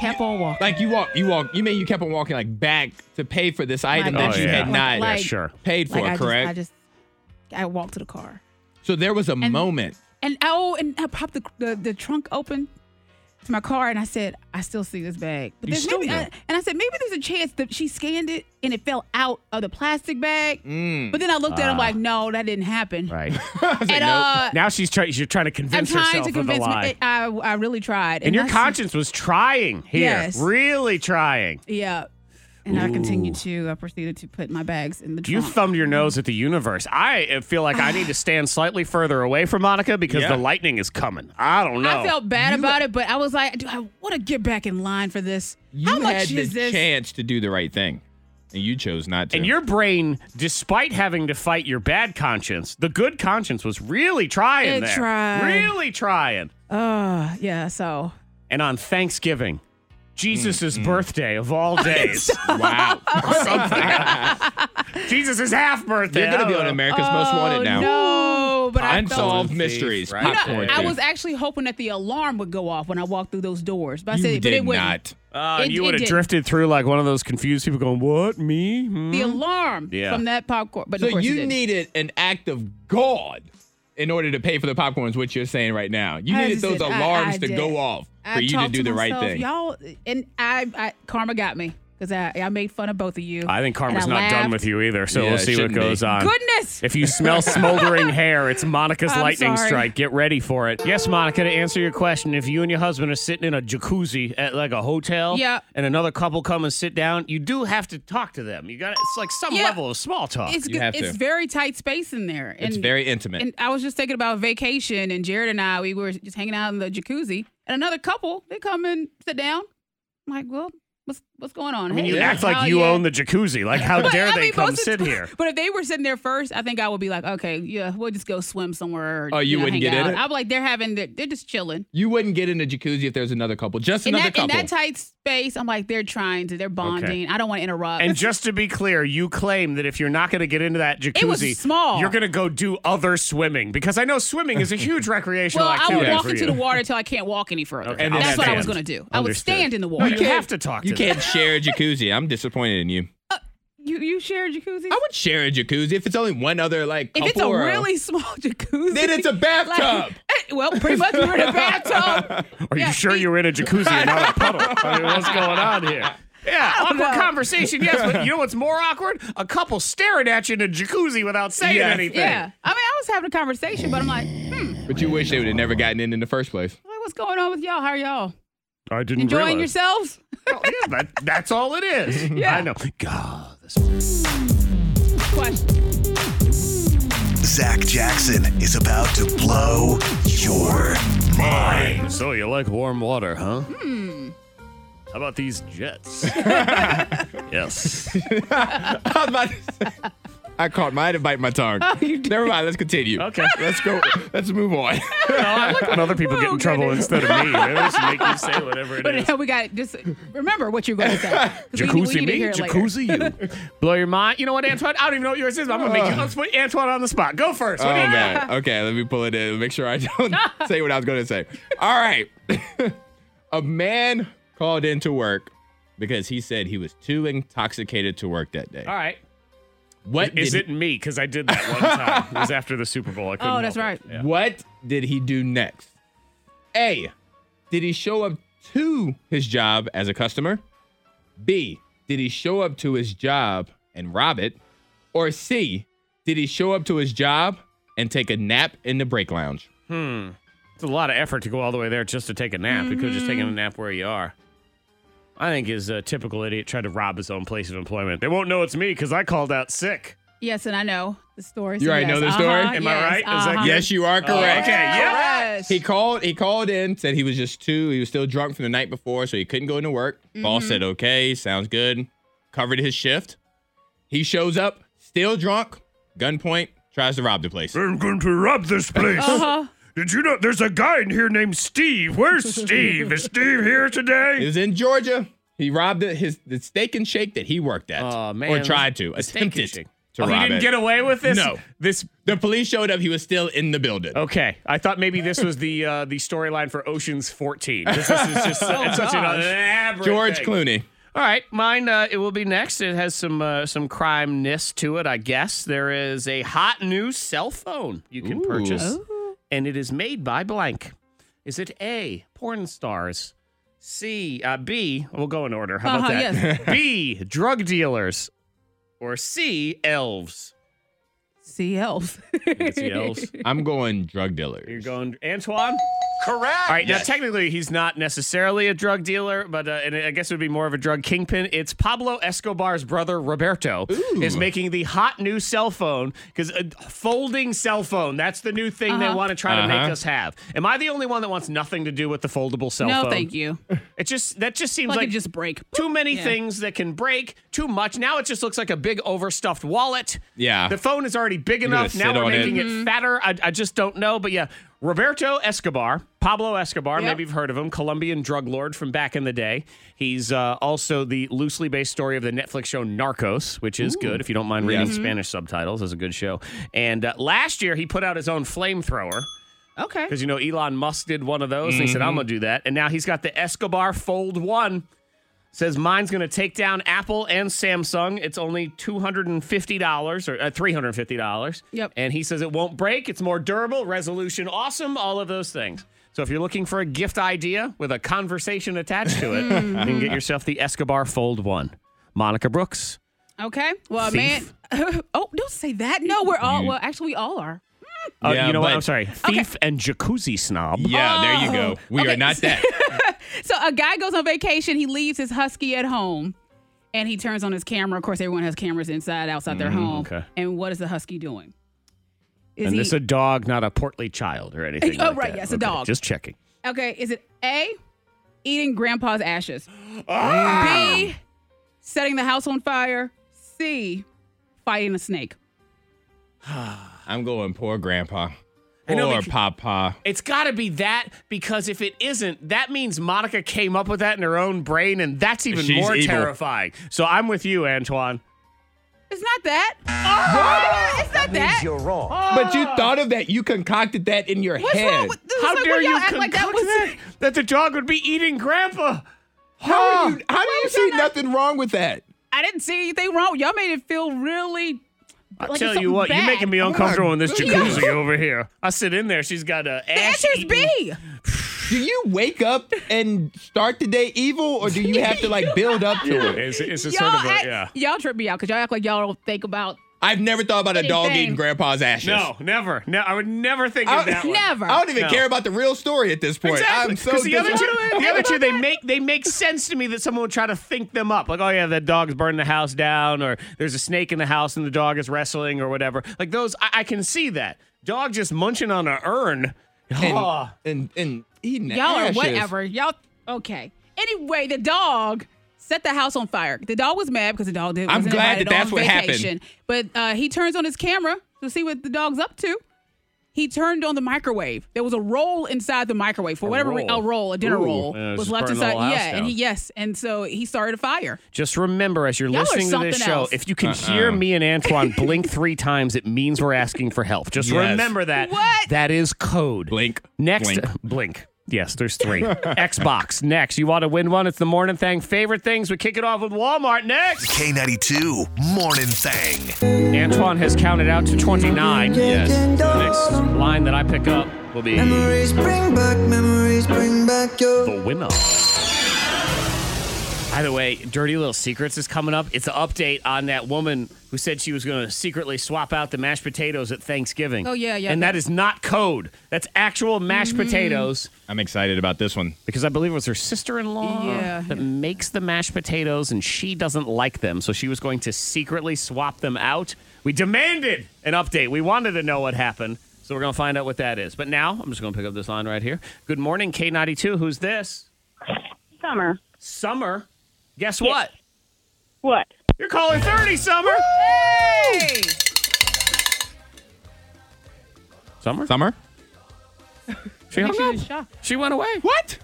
S6: Kept on walking.
S5: Like you walk, you walk, you mean you kept on walking like back to pay for this item
S6: Like-
S5: that
S4: Oh,
S5: you
S4: yeah.
S5: had not
S6: Like-
S4: yeah, sure."
S5: paid for,
S6: Like, I just-
S5: correct?
S6: I just I walked to the car,
S5: so there was a moment.
S6: and oh, and I popped the the, the trunk open. To my car, and I said, I still see this bag, but
S5: You
S6: there's
S5: still
S6: maybe,
S5: do.
S6: I, and I said maybe there's a chance that she scanned it and it fell out of the plastic bag.
S5: Mm.
S6: But then I looked at it, I'm like, no, that didn't happen.
S4: Right.
S6: And
S5: Ah.
S6: uh,
S5: Nope.
S4: now she's trying. You're trying to
S6: I'm
S4: convince
S6: trying
S4: herself
S6: to
S4: of
S6: convince
S4: a lie.
S6: me. I, I really tried.
S4: and your
S6: that's-
S4: conscience was trying here,
S6: Yes.
S4: really trying.
S6: Yeah. And I continued to, I proceeded to put my bags in the
S4: You
S6: trunk.
S4: thumbed your nose at the universe. I uh, feel like I need to stand slightly further away from Monica because
S5: Yeah.
S4: the lightning is coming. I don't know.
S6: I felt bad about it, but I was like, do I want to get back in line for this?
S5: You
S6: How much
S5: had
S6: is
S5: the
S6: this?
S5: chance to do the right thing, and you chose not to.
S4: and your brain, despite having to fight your bad conscience, the good conscience was really trying
S6: It
S4: there.
S6: tried.
S4: Really trying.
S6: Uh, yeah, so.
S4: And on Thanksgiving, Jesus'
S6: Mm-hmm.
S4: birthday of all days.
S5: wow,
S4: Jesus' half birthday.
S5: you're gonna
S4: I
S5: be
S4: don't
S5: on
S4: know.
S5: America's Most Wanted now.
S6: Oh, No, but I felt.
S5: Unsolved mysteries.
S4: right? You know,
S5: popcorn
S6: I
S5: thief.
S6: was actually hoping that the alarm would go off when I walked through those doors, but I
S5: You
S6: said, but
S5: did
S6: it wouldn't.
S5: not.
S4: Uh,
S6: It-
S4: you
S6: it
S4: would have
S6: did.
S4: drifted through like one of those confused people going, What? Me? Hmm?"
S6: The alarm
S4: Yeah.
S6: from that popcorn, but
S5: Mm-hmm. So
S6: of course it
S5: you
S6: didn't.
S5: needed an act of God in order to pay for the popcorns, which you're saying right now. You
S6: I
S5: needed
S6: just
S5: those
S6: said, I-
S5: alarms
S6: I
S5: to
S6: did.
S5: go off. for you to
S6: talked
S5: do the right
S6: myself,
S5: thing.
S6: y'all. And I, I karma got me because I, I made fun of both of you.
S4: I think
S6: and
S4: Karma's
S6: I
S4: not done
S6: laughed.
S4: with you either, so
S5: Yeah,
S4: we'll
S5: it
S4: see what
S5: shouldn't be.
S4: goes on.
S6: Goodness,
S4: If you smell smoldering hair, it's Monica's
S6: I'm
S4: lightning
S6: sorry.
S4: strike. Get ready for it. Yes, Monica, to answer your question, if you and your husband are sitting in a jacuzzi at like a hotel
S6: Yeah.
S4: and another couple come and sit down, you do have to talk to them. You got it's like some
S6: Yeah.
S4: level of small talk.
S6: it's
S5: You
S6: good.
S5: have
S6: It's
S5: to.
S6: very tight space in there. And,
S5: It's very intimate.
S6: And I was just thinking about vacation, and Jared and I, we were just hanging out in the jacuzzi, and another couple, they come and sit down. I'm like, well, what's what's going on?
S4: I mean,
S6: Hey,
S4: you
S6: yeah,
S4: act like
S6: how
S4: you
S6: ya-
S4: own the jacuzzi. Like, how
S6: But,
S4: dare
S6: I
S4: they
S6: mean,
S4: come
S6: most of
S4: sit
S6: the-
S4: here?
S6: But if they were sitting there first, I think I would be like, okay, yeah, we'll just go swim somewhere. or,
S5: Oh, you
S6: know,
S5: wouldn't
S6: hang
S5: get in
S6: out.
S5: it?
S6: I'm like, they're having, their, they're just chilling.
S5: You wouldn't get in a jacuzzi if there's another couple. Just
S6: in
S5: another
S6: that, in
S5: couple.
S6: that tight space, I'm like, they're trying to, they're bonding. I don't want to interrupt.
S4: And just to be clear, you claim that if you're not going to get into that jacuzzi,
S6: was small.
S4: you're going to go do other swimming because I know swimming is a huge recreational
S6: well, I
S4: activity
S6: would walk
S4: for
S6: into
S4: you.
S6: the water till I can't walk any further.
S4: Okay,
S5: I'll
S6: That's what I was
S5: stand.
S6: going to do. I would
S4: Understood.
S6: stand in the
S4: No,
S6: water.
S4: you have to talk.
S5: you
S4: to them.
S5: can't share a jacuzzi. I'm disappointed in you.
S6: you, you share a jacuzzi?
S5: I would share a jacuzzi if it's only one other like
S6: If
S5: couple.
S6: it's a
S5: or
S6: really small jacuzzi,
S5: Then it's a bathtub.
S6: eh, well, pretty much we're in a bathtub.
S4: Are you
S6: Yeah,
S4: sure
S6: it-
S4: you were in a jacuzzi and not a puddle? I mean, what's going on here? Yeah, awkward
S6: know.
S4: conversation, yes, but you know what's more awkward? A couple staring at you in a jacuzzi without saying
S5: Yeah.
S4: anything.
S6: Yeah, I mean, I was having a conversation, but I'm like, hmm,
S5: but you wish they would have never gotten in in the first place.
S6: like, what's going on with y'all? How are y'all
S4: I didn't realize.
S6: enjoying yourselves?
S4: Oh, yeah, that, that's all it is.
S6: Yeah.
S4: I know. God, this
S6: Question.
S2: Zach Jackson is about to blow your mind.
S4: So you like warm water, huh? Hmm. How about these jets? yes.
S5: I was about to say- I caught mine to bite my tongue.
S6: Oh,
S5: Never mind. Let's continue.
S4: Okay.
S5: Let's go. Let's move on.
S4: I like when other people get in
S6: Oh,
S4: trouble
S6: goodness.
S4: instead of me. They always make you say whatever it is.
S6: But we got just remember what you're going to say. 'cause we-
S4: Jacuzzi
S6: we need to
S4: me,
S6: hear it later.
S4: jacuzzi you. Blow your mind. You know what, Antoine? I don't even know what yours is. But I'm gonna make you. Let's put Antoine on the spot. Go first.
S5: Oh
S4: What do you-
S5: man. Okay, let me pull it in. Make sure I don't say what I was going to say. All right. a man called into work because he said he was too intoxicated to work that day.
S4: All right.
S5: What
S4: Uh, Is
S5: did,
S4: it me? Because I did that one time. It was after the Super Bowl. I couldn't.
S6: Oh, that's
S4: help
S6: right.
S4: it. Yeah.
S5: What did he do next? A. Did he show up to his job as a customer? B. Did he show up to his job and rob it? Or C. Did he show up to his job and take a nap in the break lounge?
S4: It's a lot of effort to go all the way there just to take a nap. You could have just taken
S5: Mm-hmm.
S4: a nap where you are. I think his uh, typical idiot tried to rob his own place of employment. They won't know it's me because I called out sick.
S6: Yes, and I know the story.
S5: You
S6: so
S5: already
S6: yes.
S5: know the story?
S6: Uh-huh,
S4: Am I
S6: yes,
S4: right? Is that
S6: uh-huh.
S4: good? Oh,
S5: Yes, you are correct.
S4: okay, yeah.
S6: Yes.
S5: He called. He called in. Said he was just too. He was still drunk from the night before, so he couldn't go into work. Boss
S4: Mm-hmm.
S5: said, "Okay, sounds good." Covered his shift. He shows up still drunk. Gunpoint. Tries to rob the place.
S4: I'm going to rob this place.
S6: Uh-huh.
S4: Did you know there's a guy in here named Steve? Where's Steve? Is Steve here
S5: It
S4: today?
S5: was in Georgia. He robbed it, his the steak and shake that he worked at,
S4: Aw, man.
S5: or tried to
S4: The steak and
S5: attempted
S4: shake.
S5: to
S4: oh,
S5: rob
S4: he didn't
S5: it.
S4: get away with this.
S5: No.
S4: This.
S5: the police showed up. He was still in the building.
S4: Okay, I thought maybe this was the uh, the storyline for Ocean's 14. This, this is just it's such an
S6: gosh.
S4: elaborate
S5: Oh, George
S4: thing.
S5: Clooney.
S4: All right, mine. Uh, it will be next. It has some uh, some crime ness to it, I guess. There is a hot new cell phone you can
S5: Ooh.
S4: purchase,
S6: Oh.
S4: and it is made by blank. Is it A. Porn stars, C. Uh, B. We'll go in order. How about
S6: Uh-huh,
S4: that? B. Drug dealers, or C. Elves.
S6: See elves.
S4: It's the elves.
S5: I'm going drug dealer.
S4: You're going Antoine.
S9: Correct.
S4: All right, now technically he's not necessarily a drug dealer, but uh, and I guess it would be more of a drug kingpin. It's Pablo Escobar's brother Roberto is making the hot new cell phone because a folding cell phone that's the new thing they want to try to make
S5: Uh-huh.
S4: us have. Am I the only one that wants nothing to do with the foldable cell
S6: no,
S4: phone?
S6: thank you.
S4: It just that just seems
S6: Like,
S4: like
S6: it just break.
S4: too many
S6: Yeah.
S4: things that can break too much. Now it just looks like a big overstuffed wallet.
S5: Yeah.
S4: The phone is already big
S5: gonna
S4: enough. Now
S5: sit
S4: we're
S5: on it.
S4: making it,
S6: Mm-hmm.
S4: fatter. I, I just don't know. But yeah, Roberto Escobar, Pablo Escobar,
S6: Yep.
S4: maybe you've heard of him, Colombian drug lord from back in the day. He's uh, also the loosely based story of the Netflix show Narcos, which is good if you don't mind reading Spanish
S6: Mm-hmm.
S4: subtitles. It's a good show. And uh, last year he put out his own flamethrower.
S6: Okay.
S4: Because you know Elon Musk did one of those, and he said
S5: Mm-hmm.
S4: I'm gonna do that, and now he's got the Escobar Fold One. Says mine's gonna take down Apple and Samsung. It's only two hundred and fifty dollars or uh, three hundred and fifty dollars.
S6: Yep.
S4: And he says it won't break. It's more durable. Resolution awesome. All of those things. So if you're looking for a gift idea with a conversation attached to it, you can get yourself the Escobar Fold One. Monica Brooks.
S6: Okay. Well,
S4: Thief.
S6: man. oh, don't say that. No, we're all. Well, actually, we all are.
S4: Oh,
S5: Yeah,
S4: you know what?
S5: but-
S4: I'm sorry. Thief and jacuzzi snob.
S5: Yeah, there you go.
S4: Oh.
S5: We are not that.
S6: So a guy goes on vacation. He leaves his husky at home, and he turns on his camera. Of course, everyone has cameras inside, outside their home.
S4: Mm, okay.
S6: And what is the husky doing? Is
S4: and
S6: he
S4: this a dog, not a portly child or anything.
S6: Oh,
S4: like
S6: right,
S4: that.
S6: yes, a
S4: Okay,
S6: dog.
S4: Just checking.
S6: okay? Is it a eating grandpa's ashes?
S4: Ah.
S6: B setting the house on fire. C fighting a snake.
S5: I'm going poor grandpa.
S4: I know,
S5: Poor
S4: because-
S5: papa.
S4: It's got to be that because if it isn't, that means Monica came up with that in her own brain, and that's even
S5: She's
S4: more
S5: evil.
S4: terrifying. So I'm with you, Antoine.
S6: It's not that. Oh, It's not that.
S5: But you thought of that. You concocted that in your
S6: What's
S5: head.
S6: wrong with this?
S4: How
S6: like,
S4: dare
S6: why y'all
S4: you
S6: act
S4: concoct
S6: like that
S4: that,
S6: was
S4: that? the dog would be eating Grandpa.
S5: How,
S4: Huh.
S5: are you, how do you see nothing wrong with that?
S6: I didn't see anything wrong. Y'all made it feel really.
S4: I
S6: like
S4: tell
S6: it's
S4: you what,
S6: bad.
S4: you're making me uncomfortable in this
S5: goodness.
S4: jacuzzi over here. I sit in there. She's got a
S6: The
S4: ash.
S6: answer is
S4: eating-
S6: B.
S5: Do you wake up and start the day evil, or do you have to like build up to it?
S4: It's, it's a
S6: Y'all,
S4: sort of a
S6: act-
S4: yeah.
S6: y'all trip me out because y'all act like y'all don't think about.
S5: I've never thought about a dog
S6: Anything.
S5: eating grandpa's ashes.
S4: No, never. No, I would never think
S5: I-
S4: of that. one.
S6: Never.
S5: I don't even
S4: No.
S5: care about the real story at this point.
S4: Exactly.
S5: I'm so
S4: Because the other
S5: dis-
S4: two, the other two, they make they make sense to me that someone would try to think them up. Like, oh yeah, that dog's burning the house down, or there's a snake in the house and the dog is wrestling, or whatever. Like those, I, I can see that dog just munching on an urn. Oh.
S5: and, and and eating the
S6: Y'all are
S5: ashes.
S6: whatever. Y'all okay. Anyway, the dog set the house on fire. The dog was mad because the dog did.
S5: I'm
S6: wasn't
S5: glad
S6: invited
S5: that that's
S6: on
S5: what happened.
S6: vacation. But uh, he turns on his camera to see what the dog's up to. He turned on the microwave. There was a roll inside the microwave for whatever re-
S4: roll.
S6: a roll, a dinner
S4: Ooh.
S6: roll
S4: Yeah, it was
S6: was
S4: just
S6: left
S4: burning the
S6: inside.
S4: whole house
S6: Yeah, and
S4: down.
S6: he yes, and so he started a fire.
S4: Just remember, as you're
S6: are
S4: listening to this
S6: something
S4: show,
S6: else.
S4: if you can
S5: Uh-uh.
S4: hear me and Antoine blink three times, it means we're asking for help. Just
S5: Yes.
S4: remember that.
S6: What?
S4: That is code.
S5: Blink.
S4: Next,
S5: Blink.
S4: blink. Yes, there's three. Xbox next. You want to win one? It's the morning thing. Favorite things. We kick it off with Walmart next.
S2: K92 Morning Thing.
S4: Antoine has counted out to 29. Yes. The next line that I pick up will be
S11: Memories bring back, memories bring back your.
S4: the winner. By the way, Dirty Little Secrets is coming up. It's an update on that woman who said she was going to secretly swap out the mashed potatoes at Thanksgiving.
S6: Oh, yeah, yeah. Mm-hmm.
S4: And that is not code. That's actual mashed potatoes
S5: I'm excited about this one.
S4: because I believe it was her sister-in-law
S6: Yeah,
S4: that
S6: yeah.
S4: makes the mashed potatoes and she doesn't like them, so she was going to secretly swap them out. We demanded an update. We wanted to know what happened. So we're going to find out what that is. But now, I'm just going to pick up this line right here. Good morning, K92. Who's this?
S7: Summer.
S4: Summer. Guess what?
S7: What?
S4: You're calling 30, Summer. Summer?
S5: Summer.
S4: She hung
S6: She
S4: up.
S6: was shocked.
S4: She went away. What?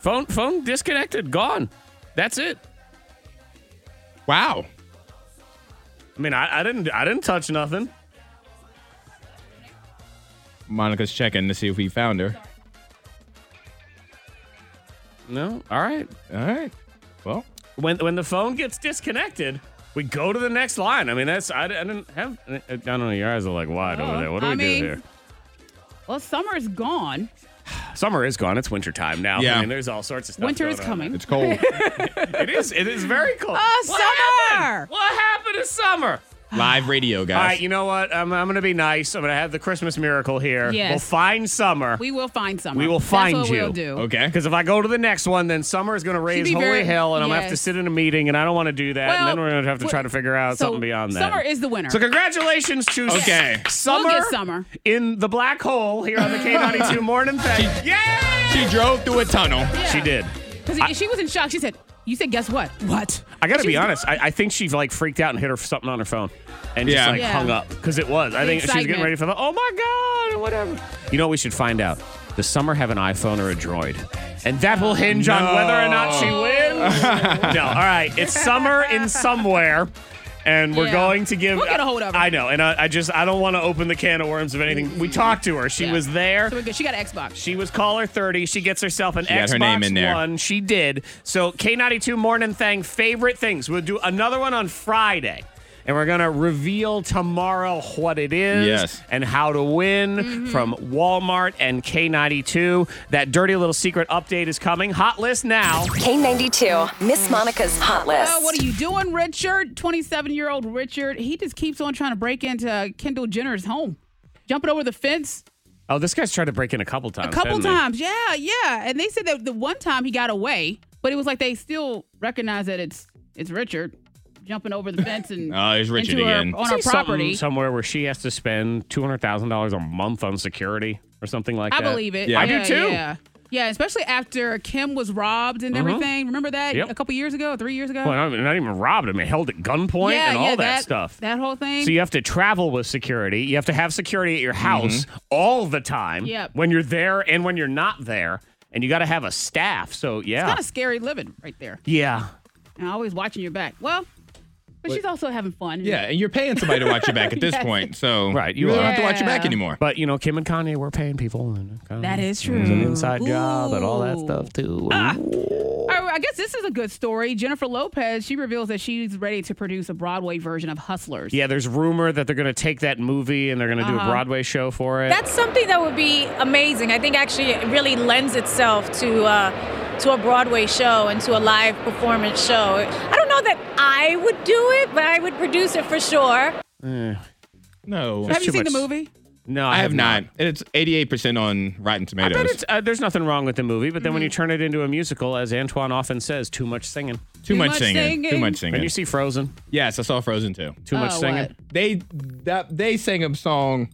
S4: Phone phone disconnected, gone. That's it.
S5: Wow.
S4: I mean, I, I didn't I didn't touch nothing.
S5: Monica's checking to see if we found her.
S4: No. All right.
S5: All right. Well,
S4: when when the phone gets disconnected, we go to the next line. I mean, that's I, I didn't have. I don't know. Your eyes are like wide over there. What do
S6: Oh, I
S4: we
S6: mean-
S4: do here?
S6: Well, summer's gone.
S4: Summer is gone. It's winter time now.
S5: Yeah.
S4: I mean, there's all sorts of stuff.
S6: Winter
S4: going
S6: is
S4: on.
S6: coming.
S5: it's cold.
S4: It is. It is very cold.
S6: Oh,
S4: What
S6: summer!
S4: Happened? What happened to summer?
S5: Live radio, guys.
S4: All right. You know what? I'm I'm gonna be nice. I'm gonna have the Christmas miracle here.
S6: Yes.
S4: We'll find summer.
S6: We will find summer.
S4: We will find
S6: That's what
S4: you.
S6: We'll do.
S5: okay.
S4: because if I go to the next one, then summer is going to raise
S6: be
S4: holy
S6: very-
S4: hell, and I'm going to have to
S6: yes.
S4: sit in a meeting, and I don't want to do that. and then we're going to have to
S6: wh-
S4: try to figure out
S6: so
S4: something beyond that.
S6: Summer is the winner.
S4: So congratulations to
S5: Okay.
S4: S- Summer,
S6: We'll get Summer.
S4: in the black hole here on the K92 Morning Thing. Yeah,
S5: She drove through a tunnel.
S4: she did.
S6: Because she was in shock. She said, "You said guess what? What?
S4: I got to
S6: She
S4: be
S6: was-
S4: honest. I, I think she like freaked out and hit her something on her phone, and just
S5: Yeah.
S4: like
S6: Yeah.
S4: hung up because it was. I
S6: The
S4: think she was getting
S6: excitement.
S4: ready for the oh my god or whatever. You know what we should find out. Does Summer have an iPhone or a Droid? And that will hinge on whether or not she wins. no, all right. It's Summer in somewhere. And we're
S6: Yeah.
S4: going to give.
S6: We'll get a hold of her.
S4: I know, and I, I just I don't want to open the can of worms of anything. We talked to her; she
S6: Yeah.
S4: was there.
S6: So we're good. She got an Xbox.
S4: She was caller 30. She gets herself an
S5: got
S4: Xbox
S5: her name in there.
S4: One. She did. So K92 Morning Thing, favorite things. We'll do another one on Friday. And and we're gonna reveal tomorrow what it is
S5: Yes.
S4: and how to win
S6: Mm-hmm.
S4: from Walmart and K92. That dirty little secret update is coming. Hot list now.
S3: K92, Miss Monica's Hot List.
S6: Oh, what are you doing, Richard? 27 year old Richard. He just keeps on trying to break into Kendall Jenner's home, jumping over the fence
S4: Oh, this guy's tried to break in a couple times.
S6: a couple
S4: hasn't he?
S6: times. Yeah, yeah. And they said that the one time he got away, but it was like they still recognize that it's it's Richard jumping over the fence and
S5: Oh, it's Richard
S6: into her-
S5: again.
S6: on our
S4: See something
S6: property.
S4: somewhere where she has to spend two hundred thousand dollars a month on security or something like
S6: I
S4: that.
S6: believe it.
S4: I do
S6: Yeah,
S4: too.
S6: Yeah. Yeah, especially after Kim was robbed and everything. Remember that
S4: Uh-huh. Yep.
S6: a couple years ago, three years ago?
S4: Well, not, not even robbed him; held at gunpoint
S6: yeah,
S4: and all
S6: yeah,
S4: that, stuff.
S6: That whole thing.
S4: so you have to travel with security. You have to have security at your
S5: Mm-hmm.
S4: house all the time.
S6: Yep.
S4: When you're there and when you're not there, and you got to have a staff. So yeah,
S6: kind of scary living right there.
S4: yeah.
S6: and always watching your back. Well, but she's also having fun.
S5: Yeah, and you're paying somebody to watch your back at this point, so
S4: Right,
S5: you
S4: you
S5: don't
S4: are.
S5: have to watch your back
S6: Yeah.
S5: anymore.
S4: But you know, Kim and Kanye were paying people. And it kinda
S6: That is
S4: was an
S6: true.
S4: inside job and all that
S6: Ooh. Ah!
S4: stuff too.
S6: All right, I guess this is a good story. Jennifer Lopez, she reveals that she's ready to produce a Broadway version of Hustlers.
S4: Yeah, there's rumor that they're going to take that movie and they're going to
S6: Uh-huh.
S4: do a Broadway show for it.
S12: That's something that would be amazing. I think actually it really lends itself to uh, to a Broadway show and to a live performance show. I don't know that I would do it, but I would produce it for sure.
S5: No,
S6: Have you
S4: too
S6: seen the
S4: much-
S6: movie?
S4: no, I,
S5: I have not. It's 88% on Rotten
S4: I bet
S5: Tomatoes.
S4: it's, uh, there's nothing wrong with the movie, but then when you
S6: Mm-hmm.
S4: turn it into a musical, as Antoine often says, too much singing.
S5: Too, much,
S6: much
S5: singing. Too
S6: singing.
S5: much
S4: And you
S5: singing.
S4: see Frozen,
S5: Yes, I saw Frozen too.
S4: too much
S6: Oh,
S4: singing.
S6: what?
S5: They that, they sang a song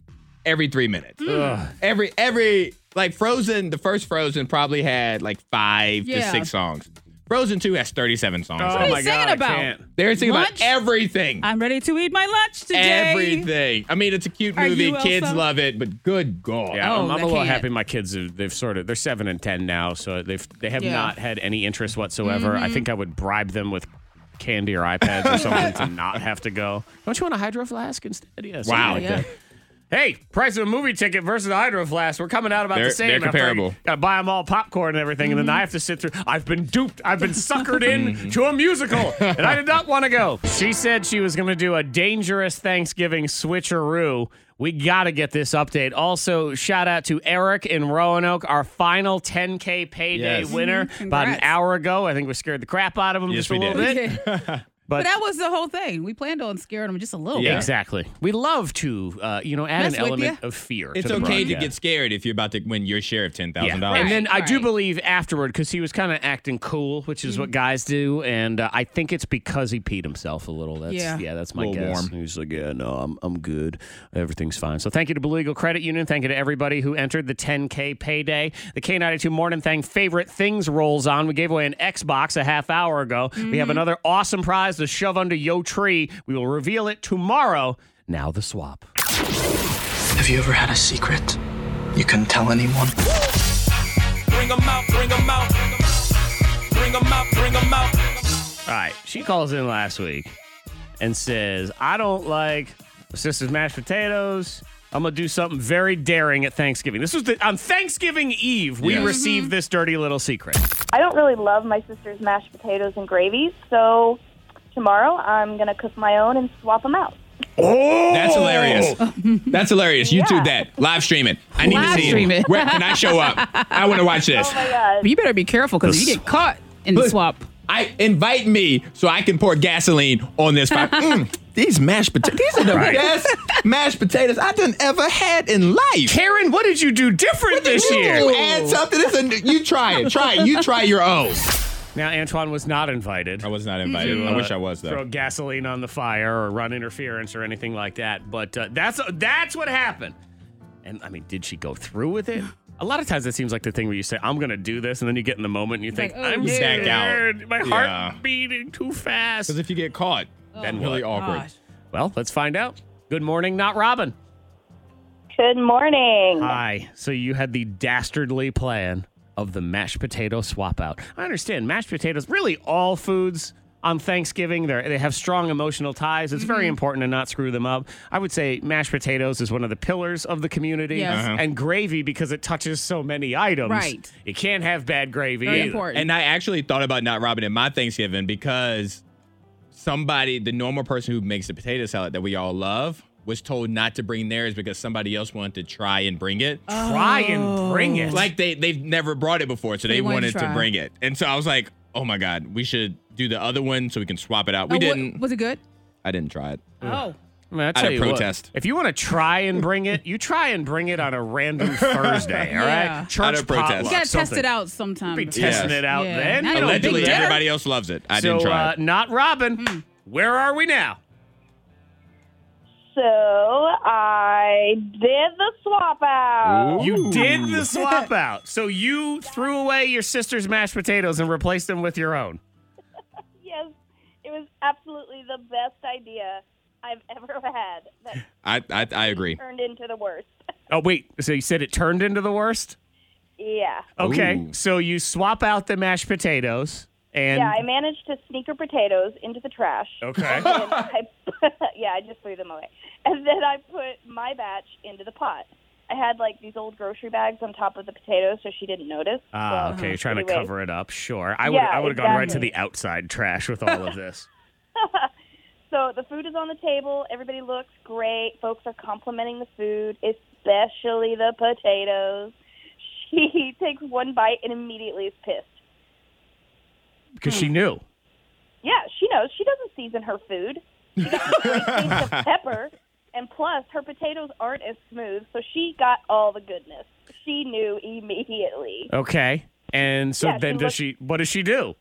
S5: every three minutes.
S4: Mm.
S5: Every every like Frozen, the first Frozen probably had like five to
S6: Yeah.
S5: six songs. Frozen two has 37 songs.
S4: Oh my
S6: singing
S4: god, I
S6: about?
S4: can't.
S5: They're singing
S6: Lunch?
S5: about everything.
S12: I'm ready to eat my lunch today.
S5: Everything. I mean, it's a cute
S12: Are
S5: movie.
S12: you
S5: Kids
S12: Elsa?
S5: love it, but good God.
S4: Yeah,
S6: Oh,
S4: I'm, I'm
S6: I
S4: a little
S6: can't.
S4: happy. My kids have, they've sort of they're seven and ten now, so they've they have
S6: Yeah. Mm-hmm.
S4: not had any interest whatsoever. I think I would bribe them with candy or iPads or something to not have to go. Don't you want a hydro flask instead? Yeah, something
S5: Wow.
S4: like
S5: Yeah.
S4: that. Hey, price of a movie ticket versus a hydro flask. We're coming out about
S5: They're-
S4: the same.
S5: they're
S4: after I
S5: comparable.
S4: Gotta buy them all popcorn and everything, and then
S5: Mm-hmm.
S4: I have to sit through. I've been duped. I've been suckered in to a musical, and I did not want to go. She said she was going to do a dangerous Thanksgiving switcheroo. We got to get this update. Also, shout out to Eric in Roanoke, our final 10K payday
S5: Yes.
S4: winner about an
S6: Mm-hmm. congrats.
S4: hour ago. I think we scared the crap out of him
S5: Yes,
S4: just a
S5: we
S4: little
S5: did.
S4: bit.
S6: But that was the whole thing. We planned on scaring them just a little
S5: Yeah.
S6: bit.
S4: Exactly. We love to, uh, you know, add
S6: Mess
S4: an
S6: with
S4: element
S6: ya.
S4: of fear.
S5: It's
S4: to the
S5: okay to
S4: broadcast.
S5: get scared if you're about to win your share of ten
S4: Yeah.
S5: thousand
S4: And
S5: dollars.
S4: then I do
S6: right.
S4: believe afterward, because he was kind of acting cool, which is what guys do, and uh, I think it's because he peed himself a little. That's, yeah.
S6: Yeah.
S4: that's my
S5: Little
S4: guess.
S5: warm.
S4: He was like, yeah, no, I'm, I'm good. Everything's fine. So thank you to Blue Eagle Credit Union. Thank you to everybody who entered the 10K payday. The K92 Morning Thing favorite things rolls on. We gave away an Xbox a half hour ago. We have another awesome prize to shove under yo tree. We will reveal it tomorrow. Now the swap.
S11: Have you ever had a secret you couldn't tell anyone?
S4: All right. She calls in last week and says, I don't like sister's mashed potatoes. I'm going to do something very daring at Thanksgiving. This was the, on Thanksgiving Eve, we
S5: Yes. Mm-hmm.
S4: received this dirty little secret.
S12: I don't really love my sister's mashed potatoes and gravies, so tomorrow I'm gonna cook my own and swap them out.
S5: That's hilarious. That's hilarious. You do that. Live stream it. I need
S6: Live
S5: to see
S6: stream
S5: it.
S6: it.
S5: Where can I show up? I want to watch this.
S6: You better be careful because you get caught in the
S5: But-
S6: swap.
S5: I invite me so I can pour gasoline on this fire. Mm, these mashed potatoes. These are the best mashed potatoes I done ever had in life.
S4: Karen, what did you do different this
S5: You
S4: year?
S5: add something. This is a, you try it. Try it. You try your own.
S4: Now, Antoine was not invited.
S5: I was not invited. I wish I was
S4: Throw
S5: though.
S4: gasoline on the fire or run interference or anything like that. But uh, that's that's what happened. And I mean, did she go through with it? A lot of times it seems like the thing where you say, "I'm going to do this," and then you get in the moment and you think,
S6: like, oh,
S4: "I'm
S6: yeah.
S5: Back out.
S4: scared. My
S5: Yeah.
S4: heart beating too fast."
S5: Because if you get caught, then really awkward.
S6: Oh Gosh.
S4: Well, let's find out. Good morning, not Robin.
S12: Good morning.
S4: Hi. So you had the dastardly plan of the mashed potato swap out. I understand mashed potatoes, really all foods on Thanksgiving, they they have strong emotional ties. It's
S6: Mm-hmm.
S4: very important to not screw them up. I would say mashed potatoes is one of the pillars of the community,
S6: Yes. Uh-huh.
S4: and gravy because it touches so many items.
S6: Right.
S4: You can't have bad gravy.
S6: Very
S4: either.
S6: important.
S5: And I actually thought about not robbing at my Thanksgiving because somebody, the normal person who makes the potato salad that we all love, was told not to bring theirs because somebody else wanted to try and bring it.
S6: Oh.
S4: Try and bring it.
S5: Like they they've never brought it before, so they,
S6: They wanted
S5: wanted
S6: to
S5: to
S6: try.
S5: bring it. And so I was like, oh my god, we should do the other one so we can swap it out.
S6: Oh,
S5: We
S6: wa-
S5: didn't.
S6: was it good?
S5: I didn't try it.
S6: Oh.
S4: I mean, I
S5: Out
S4: tell
S5: of
S4: you what,
S5: protest.
S4: if you want to try and bring it, you try and bring it on a random Thursday, all
S6: Yeah.
S4: right? Church
S5: Out of protest.
S4: potluck,
S6: You gotta test
S4: something.
S6: it out sometime.
S4: Be testing
S5: Yes.
S4: it out
S6: Yeah.
S4: then.
S6: Now you know, big
S5: Allegedly,
S6: dinner?
S5: everybody else loves it. I
S4: so,
S5: didn't try
S4: uh,
S5: it.
S4: not Robin.
S7: Hmm.
S4: Where are we now?
S7: So I did the swap out.
S4: You did the swap out. So you threw away your sister's mashed potatoes and replaced them with your own.
S7: Yes, it was absolutely the best idea I've ever had. That
S5: I, I I agree.
S7: turned into the worst.
S4: Oh, wait. So you said it turned into the worst?
S7: Yeah.
S4: Okay.
S5: Ooh.
S4: So you swap out the mashed potatoes and.
S7: Yeah, I managed to sneaker potatoes into the trash.
S4: okay.
S7: And I, yeah, I just threw them away. And then I put my batch into the pot. I had like these old grocery bags on top of the potatoes so she didn't notice.
S4: Ah,
S7: So,
S4: okay. You're trying to
S7: anyway.
S4: cover it up. Sure. I would.
S7: Yeah,
S4: I would have gone right to
S7: exactly.
S4: the outside trash with all of this.
S7: So the food is on the table. Everybody looks great. Folks are complimenting the food, especially the potatoes. She takes one bite and immediately is pissed.
S4: because she knew.
S7: Hmm. Yeah, she knows. She doesn't season her food. She doesn't like taste of pepper. And plus, her potatoes aren't as smooth, so she got all the goodness. She knew immediately.
S4: Okay. And so
S7: Yeah, she
S4: then does
S7: looked-
S4: she? What does she do?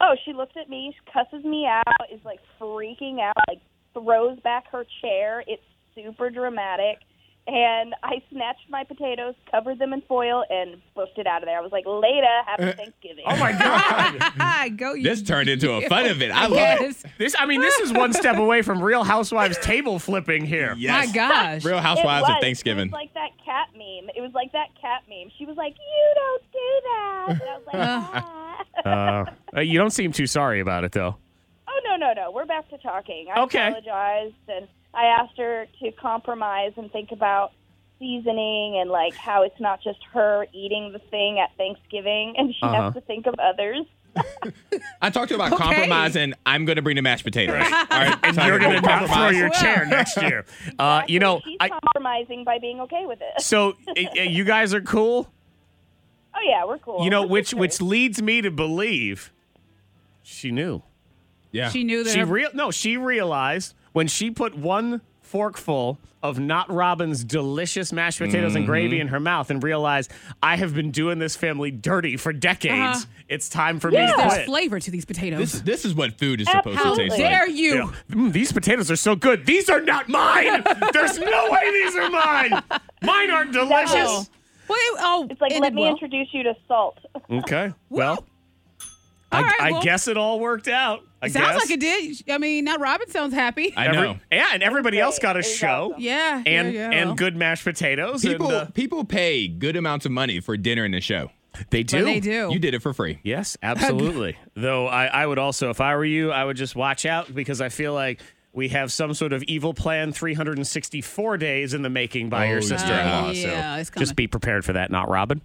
S7: Oh, she looks at me, she cusses me out, is like freaking out, like throws back her chair. It's super dramatic. And I snatched my potatoes, covered them in foil, and booked it out of there. I was like, later, happy Thanksgiving. Oh, my
S6: Ah, go you.
S5: This turned into a fun event. I love it.
S6: yes.
S4: This. I mean, this is one step away from Real Housewives table flipping here.
S5: Yes.
S6: My gosh.
S5: Real Housewives of Thanksgiving.
S7: It was like that cat meme. It was like that cat meme. She was like, you don't do that. And I was like, ah.
S4: Uh, uh, you don't seem too sorry about it though.
S7: Oh no, no, no. We're back to talking. I
S4: Okay.
S7: apologized and I asked her to compromise and think about seasoning and like how it's not just her eating the thing at Thanksgiving and she
S4: Uh-huh.
S7: has to think of others.
S5: I talked to you about
S6: Okay.
S5: compromise and I'm going to bring the mashed potatoes. All right.
S4: And you're gonna not throw your
S6: Well.
S4: chair next year. Uh, you know,
S7: She's
S4: I.
S7: compromising by being okay with it.
S4: So uh, uh, you guys are cool.
S7: Oh yeah, we're cool.
S4: You know,
S7: We're
S4: which
S7: sisters.
S4: which leads me to believe she knew.
S5: Yeah.
S6: She knew that.
S4: She
S6: her-
S4: real no, she realized when she put one forkful of not Robin's delicious mashed potatoes and
S6: Mm-hmm.
S4: gravy in her mouth and realized I have been doing this family dirty for decades.
S6: Uh-huh.
S4: It's time for me to
S6: there's
S4: quit.
S6: flavor to these potatoes.
S5: This, this is what food is supposed
S6: How
S5: to taste like.
S6: dare you?
S4: Yeah. Mm, these potatoes are so good. These are not mine. There's no way these are mine. Mine aren't delicious.
S6: Oh. Well, it- oh,
S7: It's like
S6: ended
S7: let me
S6: well.
S7: introduce you to salt.
S4: Okay. Well, I,
S6: All right,
S4: I
S6: well-
S4: guess it all worked out. I
S6: Sounds
S4: guess.
S6: like it did. I mean, now Robin sounds happy.
S5: I
S4: Every-
S5: know.
S4: yeah, and everybody else got a
S7: It was
S4: show.
S7: awesome.
S6: yeah.
S4: And
S6: yeah, yeah.
S4: and good mashed potatoes.
S5: People
S4: and, uh,
S5: people pay good amounts of money for dinner and a show.
S4: They do.
S6: But they do.
S5: You did it for free.
S4: Yes, absolutely. Though I, I would also, if I were you, I would just watch out because I feel like we have some sort of evil plan 364 days in the making by your
S5: Oh,
S4: sister in law.
S5: yeah.
S6: Yeah, it's
S4: so just
S6: coming.
S4: be prepared for that, not Robin.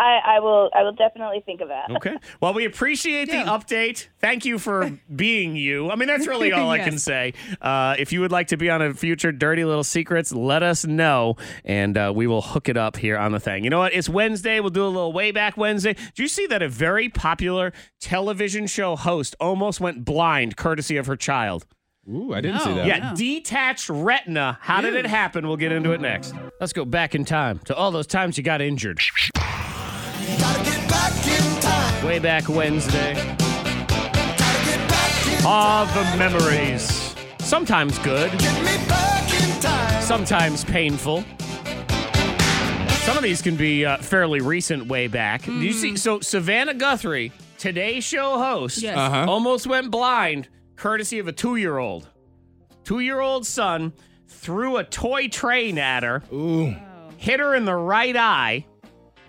S7: I, I will I will definitely think of that.
S4: Okay. Well, we appreciate
S6: Yeah.
S4: the update. Thank you for being you. I mean, that's really all I
S6: Yes.
S4: can say. Uh, if you would like to be on a future Dirty Little Secrets, let us know, and uh, we will hook it up here on the thing. You know what? It's Wednesday. We'll do a little way back Wednesday. Do you see that a very popular television show host almost went blind courtesy of her child?
S5: Ooh, I didn't
S6: No.
S5: see that.
S4: Yeah, detached retina. How did it happen? We'll get into it next. Let's go back in time to all those times you got injured.
S2: Gotta get back in time.
S4: Way back Wednesday.
S2: Gotta get back in
S4: All Ah, the memories. Sometimes good,
S2: Get me back in time.
S4: sometimes painful. Some of these can be uh, fairly recent, way back. Do you see? So Savannah Guthrie, Today Show host,
S6: Yes.
S5: Uh-huh.
S4: almost went blind courtesy of a two-year-old. Two-year-old son threw a toy train at her,
S5: Ooh.
S4: hit her in the right eye,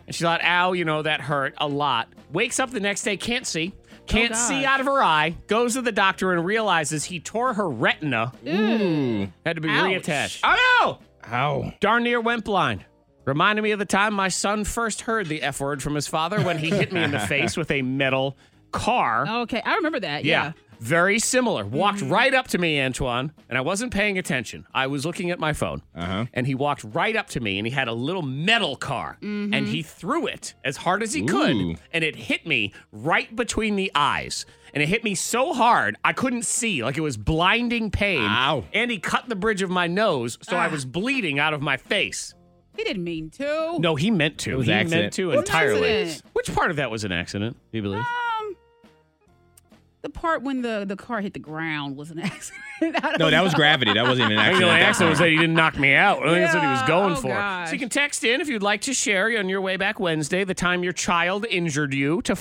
S4: and she thought, "Ow, you know that hurt a lot." Wakes up the next day, can't see. Can't see
S6: gosh.
S4: out of her eye, goes to the doctor and realizes he tore her retina
S5: Ooh.
S4: had to be
S6: Ouch.
S4: reattached. I know.
S5: Ow.
S4: Darn near went blind. Reminded me of the time my son first heard the F word from his father when he hit me in the face with a metal car.
S6: Okay, I remember that.
S4: yeah.
S6: Yeah. Mm-hmm.
S4: Very similar. Walked right up to me, Antoine, and I wasn't paying attention. I was looking at my phone, uh-huh. and he walked right up to me, and he had a little metal car,
S6: Mm-hmm.
S4: and he threw it as hard as he
S5: Ooh.
S4: could, and it hit me right between the eyes. And it hit me so hard I couldn't see, like it was blinding pain.
S5: Ow.
S4: And he cut the bridge of my nose, so
S6: Ah.
S4: I was bleeding out of my face.
S6: He didn't mean to.
S4: No, he meant to.
S5: was
S4: he
S5: an accident.
S4: meant to
S6: It was an
S4: entirely.
S6: accident.
S4: Which part of that was an accident? Do you believe?
S6: Um, the part when the the car hit the ground was an accident. I don't
S5: No, that was
S6: know.
S5: gravity. That wasn't even an
S4: I think the
S5: accident.
S4: only
S5: at that
S4: accident was
S5: point.
S4: that he didn't knock me out. I think that's what he was
S6: Yeah.
S4: going
S6: Oh,
S4: for.
S6: gosh.
S4: So you can text in if you'd like to share on your way back Wednesday the time your child injured you to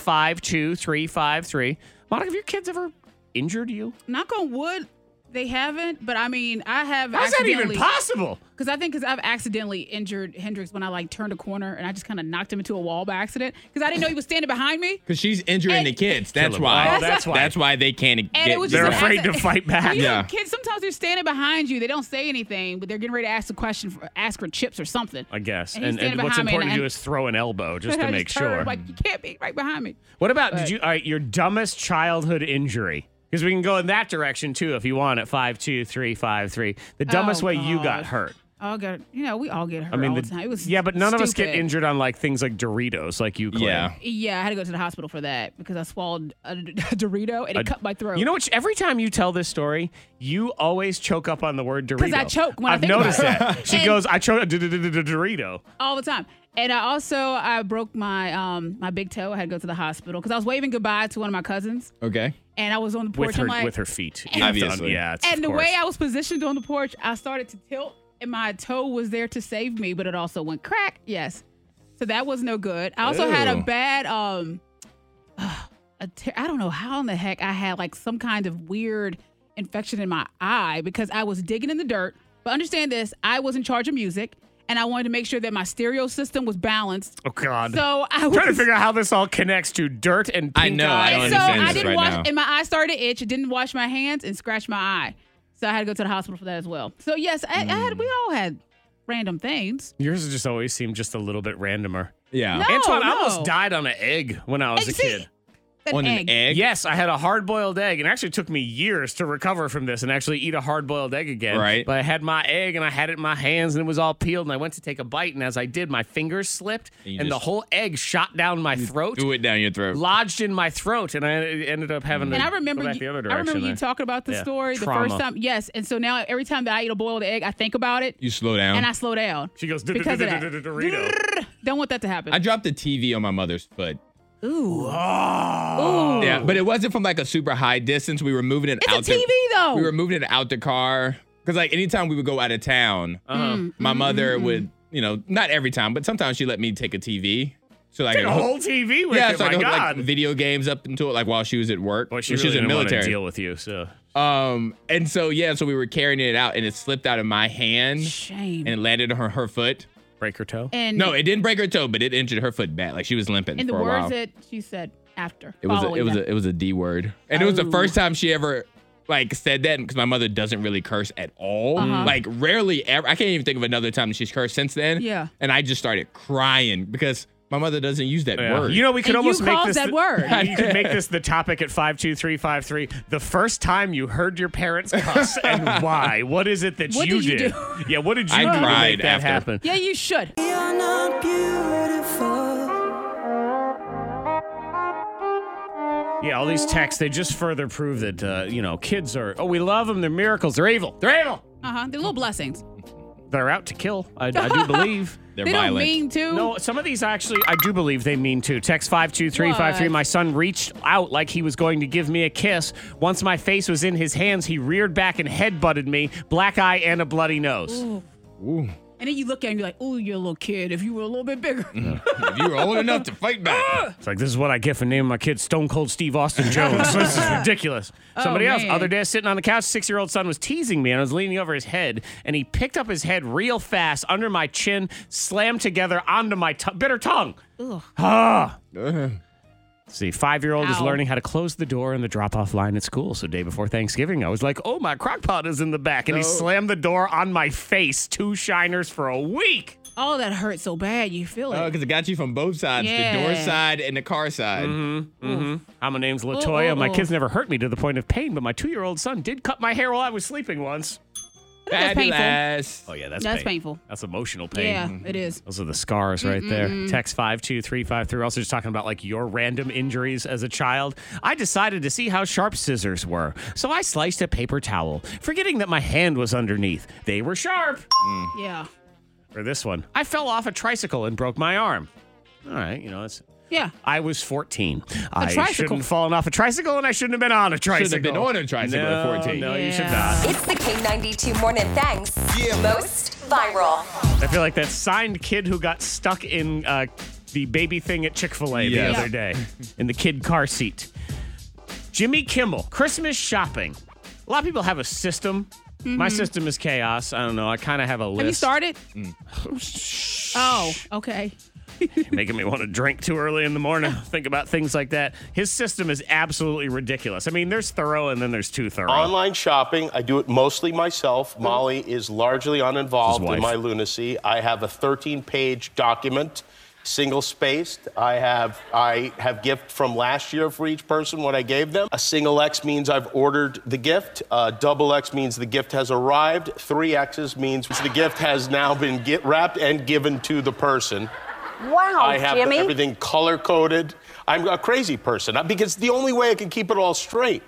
S4: 52353. Monica, have your kids ever injured you?
S6: Knock on wood, they haven't. But I mean, I have.
S4: How's that even
S6: accidentally-
S4: possible?
S6: Because I think because I've accidentally injured Hendrix when I like turned a corner and I just kind of knocked him into a wall by accident because I didn't know he was standing behind me.
S5: Because she's injuring the kids. That's
S4: Kill 'em.
S5: why.
S4: Oh, that's why.
S5: That's why they can't
S6: And
S5: get.
S6: it was just
S4: They're
S6: an
S4: afraid
S6: accident.
S4: to fight back.
S6: You know,
S5: Yeah.
S6: kids sometimes they're standing behind you. They don't say anything, but they're getting ready to ask a question, for, ask for chips or something.
S4: I guess.
S6: And
S4: And,
S6: he's
S4: and,
S6: standing
S4: what's
S6: behind me,
S4: important to
S6: and
S4: do
S6: I-
S4: is throw an elbow just
S6: I
S4: to
S6: just
S4: make
S6: turned,
S4: sure.
S6: Like you can't be right behind me.
S4: What about did
S6: But-
S4: you? All right, your dumbest childhood injury. Because we can go in that direction too if you want at five two three five three. The dumbest
S6: Oh,
S4: way you got
S6: God.
S4: hurt.
S6: Oh god, you know we all get hurt
S4: I mean,
S6: all
S4: the,
S6: the, time. It was
S4: yeah, but none of us get
S6: stupid.
S4: injured on like things like Doritos, like you. Claim.
S5: Yeah.
S6: Yeah, I had to go to the hospital for that because I swallowed a, d- Dorito and it cut my throat.
S4: You know what? Every time you tell this story, you always choke up on the word Dorito.
S6: 'Cause I choke when I
S4: I've
S6: think about
S4: noticed
S6: it.
S4: that. She
S6: And-
S4: goes, I choke Dorito.
S6: all the time. And I also I broke my um my big toe. I had to go to the hospital because I was waving goodbye to one of my cousins
S5: okay.
S6: and I was on the porch.
S4: With her,
S6: I'm like,
S4: with her feet.
S5: And- Obviously.
S4: Yeah. it's-
S6: and
S4: of
S6: the
S4: course.
S6: way I was positioned on the porch, I started to tilt, and my toe was there to save me, but it also went crack. Yes, so that was no good. I also had a
S5: Ew.
S6: bad um, a ter- I don't know how in the heck I had like some kind of weird infection in my eye because I was digging in the dirt. But understand this: I was in charge of music, and I wanted to make sure that my stereo system was balanced.
S4: Oh, God.
S6: So I
S4: I'm
S6: was
S4: trying to figure out how this all connects to dirt and pink
S5: I know, I
S4: eye.
S5: don't
S6: and so
S5: understand
S6: I
S5: this
S6: didn't
S5: right
S6: wash,
S5: now.
S6: and my eye started to itch. It didn't wash my hands and scratch my eye, so I had to go to the hospital for that as well. So yes, I, I
S5: Hmm.
S6: had. We all had random things.
S4: Yours just always seemed just a little bit randomer.
S5: Yeah.
S6: No,
S4: Antoine, I almost
S6: no.
S4: died on an egg when I was
S6: Egg,
S4: a
S6: see,
S4: kid.
S6: An
S5: On
S6: egg.
S5: an egg.
S4: Yes, I had a hard boiled egg, and it actually took me years to recover from this and actually eat a hard boiled egg again.
S5: Right.
S4: But I had my egg and I had it in my hands, and it was all peeled. And I went to take a bite, and as I did, my fingers slipped,
S5: And you
S4: and the
S5: just-
S4: whole egg shot down my throat,
S5: Do it down your throat.
S4: lodged in my throat, and I ended up having to
S6: And I remember,
S4: go back
S6: you,
S4: the other
S6: I
S4: direction.
S6: remember you
S4: there.
S6: talking about the
S4: Yeah.
S6: story the
S4: Trauma.
S6: first time. Yes, and so now every time that I eat a boiled egg, I think about it
S5: You slow down.
S6: and I
S5: I,
S6: slow down.
S4: She goes,
S6: because of that.
S4: Dorito.
S6: Don't want that to happen.
S5: dropped the TV on my mother's foot.
S6: Ooh,
S4: Oh.
S5: Yeah, but it wasn't from like a super high distance. We were moving it
S6: it's
S5: out.
S6: a TV
S5: the,
S6: though.
S5: We were moving it out the car because like anytime we would go out of town,
S4: Uh-huh.
S5: my
S4: Mm-hmm.
S5: mother would you know not every time, but sometimes she let me take a TV. So like
S4: A whole TV with
S5: yeah,
S4: it.
S5: so I
S4: my
S5: could hook,
S4: God.
S5: like video games up into it like while she was at work.
S4: well, she
S5: when
S4: really
S5: was in
S4: didn't
S5: the
S4: want to
S5: military.
S4: deal with you, so
S5: Um, and so yeah, so we were carrying it out and it slipped out of my hand
S6: Shame.
S5: and it landed on her, her foot.
S4: break her toe.
S6: And
S5: No, it didn't break her toe, but it injured her foot bad. Like she was limping
S6: in the
S5: for a
S6: words
S5: while.
S6: that she said after.
S5: It was a,
S6: following
S5: it was
S6: that.
S5: a, it was a D word, and it was the
S6: Oh.
S5: first time she ever like said that because my mother doesn't really curse at all.
S6: Uh-huh.
S5: Like rarely ever. I can't even think of another time that she's cursed since then.
S6: Yeah.
S5: and I just started crying because my mother doesn't use that
S4: Yeah.
S5: word.
S4: You know, we could
S6: And you
S4: almost make
S6: caused
S4: this
S6: that
S4: the-
S6: word.
S4: You could make this the topic at five two three five three. The first time you heard your parents cuss and why? What is it that
S6: What
S4: you
S6: did you
S4: did?
S6: do?
S4: Yeah, what did you
S5: I
S4: do to make
S5: cried
S4: that
S5: after.
S4: happen?
S6: yeah, you should.
S2: You're not beautiful.
S4: Yeah, all these texts they just further prove that uh, you know kids are. Oh, we love them. They're miracles. They're evil. They're evil.
S6: Uh huh. They're little blessings.
S4: They're out to kill. I, I do believe.
S5: they're
S6: they
S5: violent.
S6: don't mean to.
S4: No, some of these actually, I do believe they mean to. Text 52353.
S6: What?
S4: My son reached out like he was going to give me a kiss. Once my face was in his hands, he reared back and headbutted me, black eye and a bloody nose.
S6: And then you look at him, you're like, "Ooh, you're a little kid. If you were a little bit bigger."
S5: if you were old enough to fight back,
S4: It's like, this is what I get for naming my kid Stone Cold Steve Austin Jones. this is ridiculous. Somebody else,
S6: Oh, man.
S4: other day, sitting on the couch, six year old son was teasing me, and I was leaning over his head, and he picked up his head real fast under my
S5: Uh-huh.
S4: chin, slammed together onto my t- bitter tongue. Ah. See, five year old is
S6: Ow.
S4: learning how to close the door in the drop off line at school. So, day before Thanksgiving, I was like, oh, my crock pot is in the back. And he
S6: No.
S4: slammed the door on my face, two shiners for a week.
S6: Oh, that hurts so bad. You feel it.
S5: Oh, because it got you from both sides the door
S6: Yeah.
S5: side and the car side.
S4: Mm-hmm. Hi, my name's Latoya.
S6: ooh,
S4: my
S6: ooh.
S4: kids never hurt me to the point of pain, but my two year old son did cut my hair while I was sleeping once.
S6: That's painful.
S5: Fabulous.
S4: Oh, yeah, that's,
S6: That's
S4: pain.
S6: painful.
S4: That's emotional pain.
S6: Yeah,
S5: Mm-hmm.
S6: it is.
S4: Those are the scars right there. Text 52353. We're also just talking about like your random injuries as a child. I decided to see how sharp scissors were. So I sliced a paper towel, forgetting that my hand was underneath. They were sharp.
S5: Mm-hmm.
S6: Yeah.
S4: Or this one. I fell off a tricycle and broke my arm. All right, you know, it's
S6: Yeah.
S4: I was 14. I
S6: tricycle.
S4: shouldn't have fallen off a tricycle and I shouldn't have been on a tricycle.
S5: Shouldn't have been on a tricycle at
S4: No,
S5: 14.
S4: No, you should
S6: Yeah.
S4: not.
S3: It's the K92 Morning Thanks most viral.
S4: I feel like that signed kid who got stuck in uh, the baby thing at Chick fil A
S5: Yeah.
S4: the other day in the kid car seat. Jimmy Kimmel, Christmas shopping. A lot of people have a system.
S5: Mm-hmm.
S4: My system is chaos. I don't know. I kind of have a list.
S6: Have you started?
S5: Mm.
S6: Oh, okay.
S4: making me want to drink too early in the morning. Think about things like that. His system is absolutely ridiculous. I mean, there's thorough and then there's too thorough.
S13: Online shopping, I do it mostly
S14: Hmm.
S13: myself. Molly is largely uninvolved
S4: His wife.
S13: in my lunacy. I have a 13-page document, single-spaced. I have I have gift from last year for each person what I gave them. A single X means I've ordered the gift. A double X means the gift has arrived. Three X's means the gift has now been get wrapped and given to the person.
S14: Wow,
S13: I have
S14: Jimmy.
S13: everything color coded. I'm a crazy person uh, because the only way I can keep it all straight.